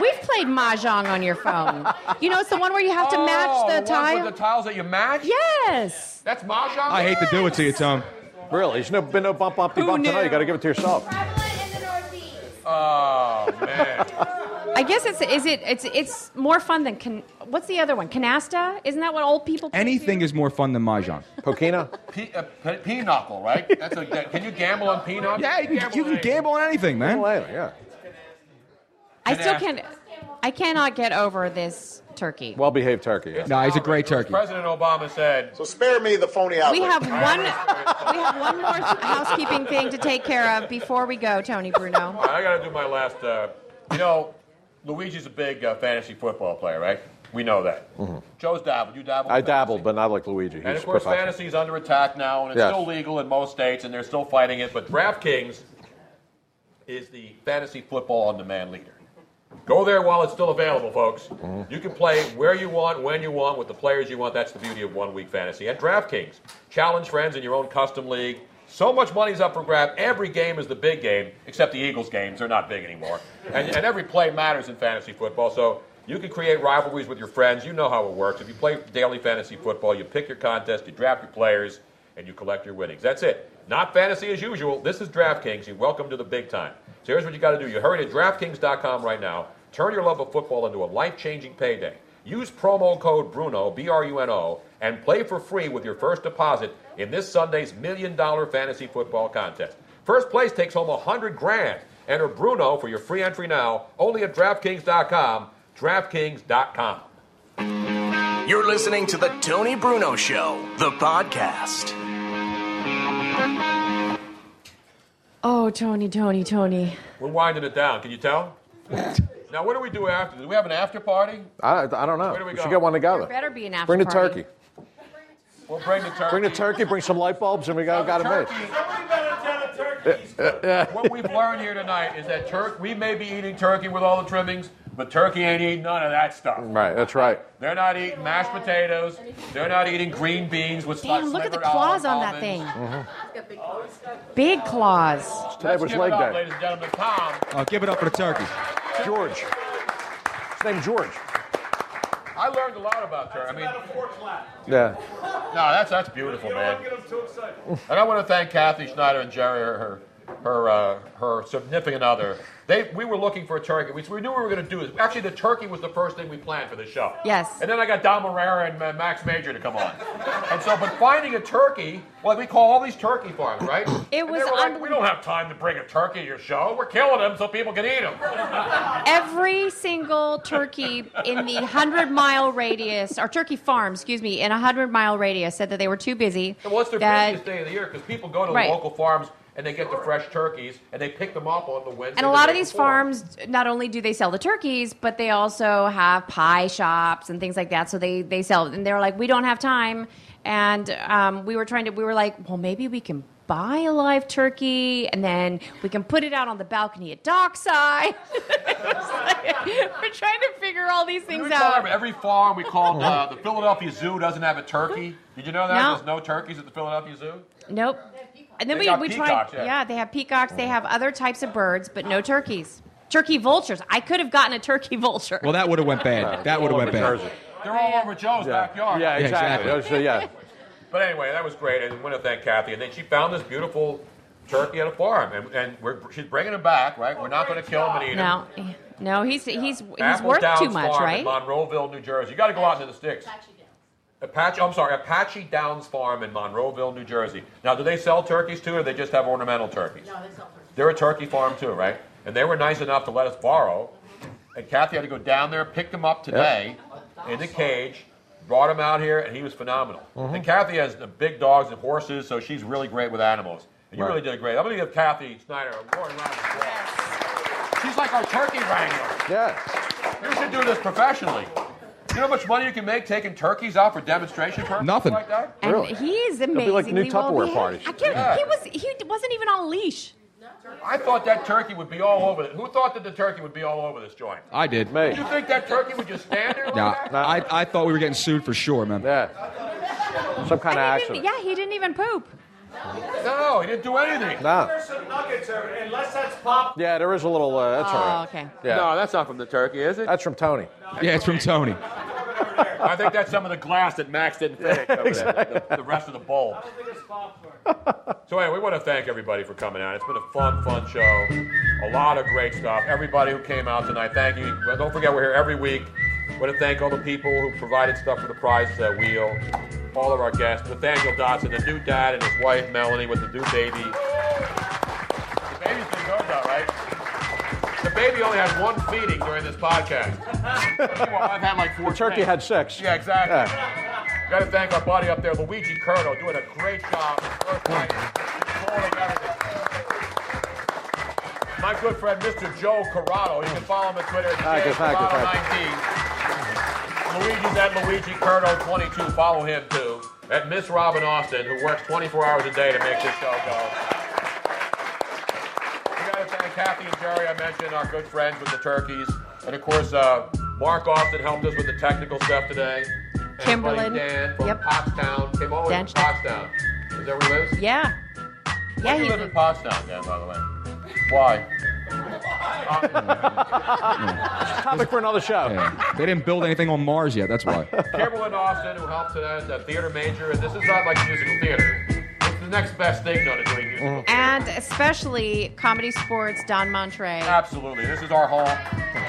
Speaker 4: We've played mahjong on your phone. You know, it's the one where you have to
Speaker 5: Oh,
Speaker 4: match
Speaker 5: one
Speaker 4: the tile.
Speaker 5: With the tiles that you match?
Speaker 4: Yes.
Speaker 5: That's mahjong.
Speaker 7: I hate to do it to you, Tom.
Speaker 6: Really? There's no, been no bump up the bump tonight. You got to give it to yourself.
Speaker 5: Oh man.
Speaker 4: I guess it's is it it's it's more fun than can, what's the other one? Canasta? Isn't that what old people? play?
Speaker 7: Anything is more fun than Mahjong.
Speaker 6: Pokina?
Speaker 5: P- uh, p- pinochle, right? That's a, that, can you gamble on pinochle?
Speaker 7: Yeah, you can, you can gamble on anything, man.
Speaker 6: yeah.
Speaker 4: I still can't. I cannot get over this turkey.
Speaker 6: Well behaved turkey.
Speaker 7: No, he's a great turkey.
Speaker 5: President Obama said.
Speaker 10: So spare me the phony
Speaker 4: We have one. we have one more housekeeping thing to take care of before we go, Tony Bruno.
Speaker 5: All right, I got to do my last. Uh, you know, Luigi's a big uh, fantasy football player, right? We know that. Joe's dabbled. You dabbled.
Speaker 6: Mm-hmm. I dabbled, but not like Luigi. He's
Speaker 5: And of course,
Speaker 6: professional.
Speaker 5: fantasy is under attack now, and it's
Speaker 6: Yes.
Speaker 5: still legal in most states, and they're still fighting it. But DraftKings is the fantasy football on demand leader. Go there while it's still available, folks.
Speaker 6: Mm-hmm.
Speaker 5: You can play where you want, when you want, with the players you want. That's the beauty of one week fantasy. At DraftKings, challenge friends in your own custom league. So much money's up for grab. Every game is the big game, except the Eagles games. They're not big anymore. And, and every play matters in fantasy football. So you can create rivalries with your friends. You know how it works. If you play daily fantasy football, you pick your contest, you draft your players, and you collect your winnings. That's it. Not fantasy as usual. This is DraftKings. You welcome to the big time. So here's what you got to do. You hurry to DraftKings.com right now. Turn your love of football into a life-changing payday. Use promo code Bruno B R U N O and play for free with your first deposit in this Sunday's million dollar fantasy football contest. First place takes home a hundred grand. Enter Bruno for your free entry now. Only at DraftKings.com. DraftKings.com.
Speaker 3: You're listening to The Tony Bruno Show, the podcast.
Speaker 4: Oh, Tony, Tony, Tony.
Speaker 5: We're winding it down. Can you tell? now, what do we do after? Do we have an after party?
Speaker 6: I, I don't know.
Speaker 5: Where do we
Speaker 6: we
Speaker 5: go?
Speaker 6: should get one together.
Speaker 4: There better be an after
Speaker 6: Bring the
Speaker 4: party.
Speaker 6: turkey.
Speaker 5: We'll bring the turkey.
Speaker 6: Bring the turkey. Bring some light bulbs, and we got got it
Speaker 5: Turkey.
Speaker 6: made.
Speaker 5: what we've learned here tonight is that turk we may be eating turkey with all the trimmings, but turkey ain't eating none of that stuff.
Speaker 6: Right. That's right.
Speaker 5: They're not eating mashed potatoes. They're not eating green beans with
Speaker 4: Damn,
Speaker 5: sli-
Speaker 4: look at the
Speaker 5: slivered
Speaker 4: claws on
Speaker 5: olive-
Speaker 4: that thing.
Speaker 5: almonds.
Speaker 9: Mm-hmm.
Speaker 4: Big claws.
Speaker 6: Today was
Speaker 5: Give it
Speaker 6: leg
Speaker 5: up,
Speaker 6: day.
Speaker 5: ladies and gentlemen. Tom,
Speaker 7: Oh, give it up for the turkey.
Speaker 6: George. His name George.
Speaker 5: I learned a lot about turkey. I mean,
Speaker 6: Yeah.
Speaker 5: no, that's that's beautiful, man. And I want to thank Kathy Schneider and Jerry, her her uh, her significant other. They we were looking for a turkey. We, we knew we were going to do it. Actually, the turkey was the first thing we planned for the show.
Speaker 4: Yes.
Speaker 5: And then I got Don Marrera and uh, Max Major to come on. And so, but finding a turkey, well, we call all these turkey farms, right?
Speaker 4: It
Speaker 5: And
Speaker 4: was
Speaker 5: they were like, we
Speaker 4: unbelievable.
Speaker 5: don't have time to bring a turkey to your show. We're killing them so people can eat them.
Speaker 4: Every single turkey in the 100 mile radius, or turkey farm, excuse me, in a 100 mile radius said that they were too busy.
Speaker 5: And what's their
Speaker 4: that-
Speaker 5: busiest day of the year? Because people go to
Speaker 4: Right.
Speaker 5: the local farms and they get the fresh turkeys and they pick them up on the Wednesday.
Speaker 4: And a
Speaker 5: the
Speaker 4: lot of
Speaker 5: day
Speaker 4: these
Speaker 5: before.
Speaker 4: farms, not only do they sell the turkeys, but they also have pie shops and things like that. So they they sell, and they're like, we don't have time. And um, we were trying to, we were like, well, maybe we can buy a live turkey and then we can put it out on the balcony at Dockside. It's like, we're trying to figure all these
Speaker 5: We
Speaker 4: things
Speaker 5: call
Speaker 4: out.
Speaker 5: every- every farm we called uh, the Philadelphia Zoo doesn't have a turkey. Did you know that?
Speaker 4: No.
Speaker 5: There's no turkeys at the Philadelphia Zoo.
Speaker 4: Nope. And then we,
Speaker 5: They got
Speaker 4: we
Speaker 5: peacocks,
Speaker 4: tried.
Speaker 5: yeah.
Speaker 4: Yeah. they have peacocks. They have other types of birds, but no turkeys. Turkey vultures. I could have gotten a turkey vulture.
Speaker 7: Well, that would have went bad. That would have went bad.
Speaker 5: They're all over Joe's backyard.
Speaker 7: Yeah, exactly.
Speaker 6: Yeah, so, yeah.
Speaker 5: But anyway, that was great, and I want to thank Kathy. And then she found this beautiful turkey at a farm, and, and we're, she's bringing him back, right? We're not going to kill him and eat him.
Speaker 4: no, no, he's he's he's
Speaker 5: Apple
Speaker 4: worth
Speaker 5: Downs
Speaker 4: too much,
Speaker 5: Farm
Speaker 4: right?
Speaker 5: In Monroeville, New Jersey. You got to go out into the sticks. Apache, I'm sorry, Apache Downs Farm in Monroeville, New Jersey. Now, do they sell turkeys too, or they just have ornamental turkeys? No, they sell turkeys. They're a turkey farm too, right? And they were nice enough to let us borrow. And Kathy had to go down there, pick them up today in the cage, brought him out here, and he was phenomenal.
Speaker 11: Mhm.
Speaker 5: And Kathy has the big dogs and horses, so she's really great with animals. And you
Speaker 11: Right.
Speaker 5: really did great. I'm going to give Kathy Snyder a warm round of applause. She's like our turkey wrangler.
Speaker 6: Yeah.
Speaker 5: You should do this professionally. You know how much money you can make taking turkeys out for demonstration purposes
Speaker 7: Nothing.
Speaker 5: like that?
Speaker 4: And he is
Speaker 5: It'll
Speaker 4: amazingly
Speaker 5: be like new Tupperware
Speaker 4: well-behaved.
Speaker 5: parties.
Speaker 4: I can't.
Speaker 5: Yeah.
Speaker 4: He was. He wasn't even on a leash.
Speaker 5: I thought that turkey would be all over it. Who thought that the turkey would be all over this joint?
Speaker 7: I did.
Speaker 5: Did you think that turkey would just stand there?
Speaker 7: No, I, I thought we were getting sued for sure, man.
Speaker 6: Yeah. Some kind of
Speaker 4: He didn't- yeah, he didn't even poop.
Speaker 5: No, he didn't do anything.
Speaker 6: No.
Speaker 14: some nuggets, over- unless that's pop.
Speaker 6: Yeah, there is a little. Uh, that's
Speaker 14: Oh,
Speaker 6: all right.
Speaker 4: okay.
Speaker 6: Yeah.
Speaker 5: No, that's not from the turkey, is it?
Speaker 6: That's from Tony.
Speaker 7: Yeah, it's from Tony.
Speaker 5: I think that's some of the glass that Max didn't finish over there, the, the rest of the bowl. So anyway, we want to thank everybody for coming out. It's been a fun, fun show. A lot of great stuff. Everybody who came out tonight, thank you. Well, Don't forget, we're here every week. want to thank all the people who provided stuff for the prize uh, wheel. All of our guests, Nathaniel Dotson, the new dad, and his wife Melanie with the new baby. The baby's been going out, right? The baby only had one feeding during this podcast. Meanwhile, I've had like four.
Speaker 6: The turkey
Speaker 5: things.
Speaker 6: had six.
Speaker 5: Yeah, exactly. Got to thank our buddy up there, Luigi Curto, doing a great job. First night, controlling everything. My good friend, Mr. Joe Corrado. You can follow him on Twitter.
Speaker 6: Thank you, thank you, thank
Speaker 5: Corrado19. Luigi's at Luigi Curto22. Follow him too. At Miss Robin Austin, who works 24 hours a day to make this show go. We got to thank Kathy and Jerry. I mentioned our good friends with the turkeys, and of course, uh, Mark Austin helped us with the technical stuff today. And
Speaker 4: Timberland.
Speaker 5: buddy Dan from
Speaker 4: Yep.
Speaker 5: Pottstown came all the way from Pottstown. Is that where he lives?
Speaker 4: Yeah.
Speaker 5: Why do you live in Pottstown, Dan? By the way, why?
Speaker 6: Topic for another show.
Speaker 7: Yeah. They didn't build anything on Mars yet. That's why.
Speaker 5: Kimberlyn Austin, who helped today, is a theater major, and this is not like musical theater. It's the next best thing done to doing musical.
Speaker 4: And especially comedy sports, Don Montre.
Speaker 5: Absolutely. This is our home.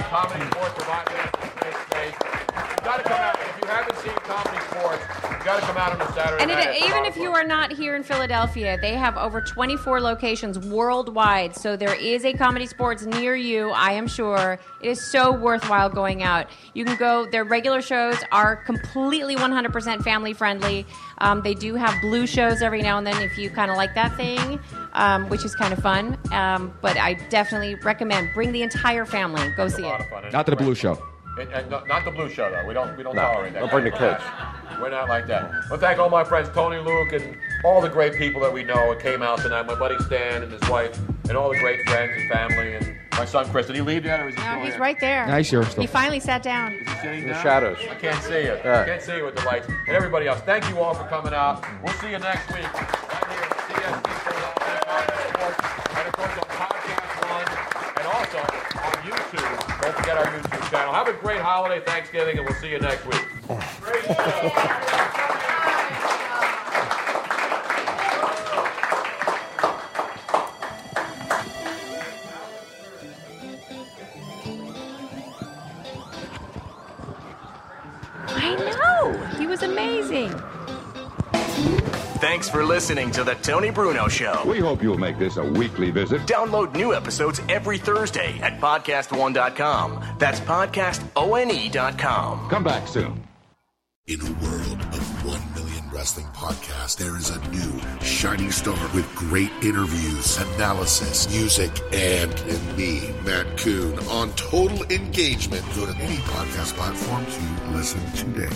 Speaker 5: Comedy Sports provided us this great space. You gotta come out. If you haven't seen Comedy Sports, you gotta come out on a Saturday
Speaker 4: And
Speaker 5: night. at
Speaker 4: it,
Speaker 5: the
Speaker 4: even
Speaker 5: Bottom
Speaker 4: if you are not here in Philadelphia, they have over 24 locations worldwide. So there is a comedy sports near you, I am sure. It is so worthwhile going out. You can go, their regular shows are completely 100% family friendly. Um, they do have blue shows every now and then if you kind of like that thing, um, which is kind of fun. Um, but I definitely recommend bring the entire family. Go see it.
Speaker 7: Not to the blue show.
Speaker 5: And, and not, not the blue show though. We don't we don't
Speaker 7: No,
Speaker 5: tolerate that.
Speaker 7: don't bring the kids.
Speaker 5: We're not like that. But thank all my friends, Tony, Luke, and all the great people that we know that came out tonight. My buddy Stan and his wife, and all the great friends and family, and my son Chris. Did he leave yet, or is he still
Speaker 4: No, he's
Speaker 5: here?
Speaker 4: right there.
Speaker 7: Nice, you're still-
Speaker 4: He finally sat down.
Speaker 5: sitting
Speaker 6: In the
Speaker 5: down?
Speaker 6: shadows.
Speaker 5: I can't see you.
Speaker 6: Yeah.
Speaker 5: I can't see you with the lights. And everybody else, thank you all for coming out. We'll see you next week. Right here at CST Philadelphia. And of course on Podcast One and also on YouTube. Don't forget our YouTube channel. Have a great holiday, Thanksgiving, and we'll see you next week.
Speaker 4: I know. He was amazing.
Speaker 3: Thanks for listening to The Tony Bruno Show.
Speaker 9: We hope you'll make this a weekly visit.
Speaker 3: Download new episodes every Thursday at podcastone.com. That's E podcastone.com.
Speaker 9: Come back soon.
Speaker 15: In a world of 1 million wrestling podcasts, there is a new shining star with great interviews, analysis, music, and, and me, Matt Coon, on total engagement. Go to any podcast platform to listen today.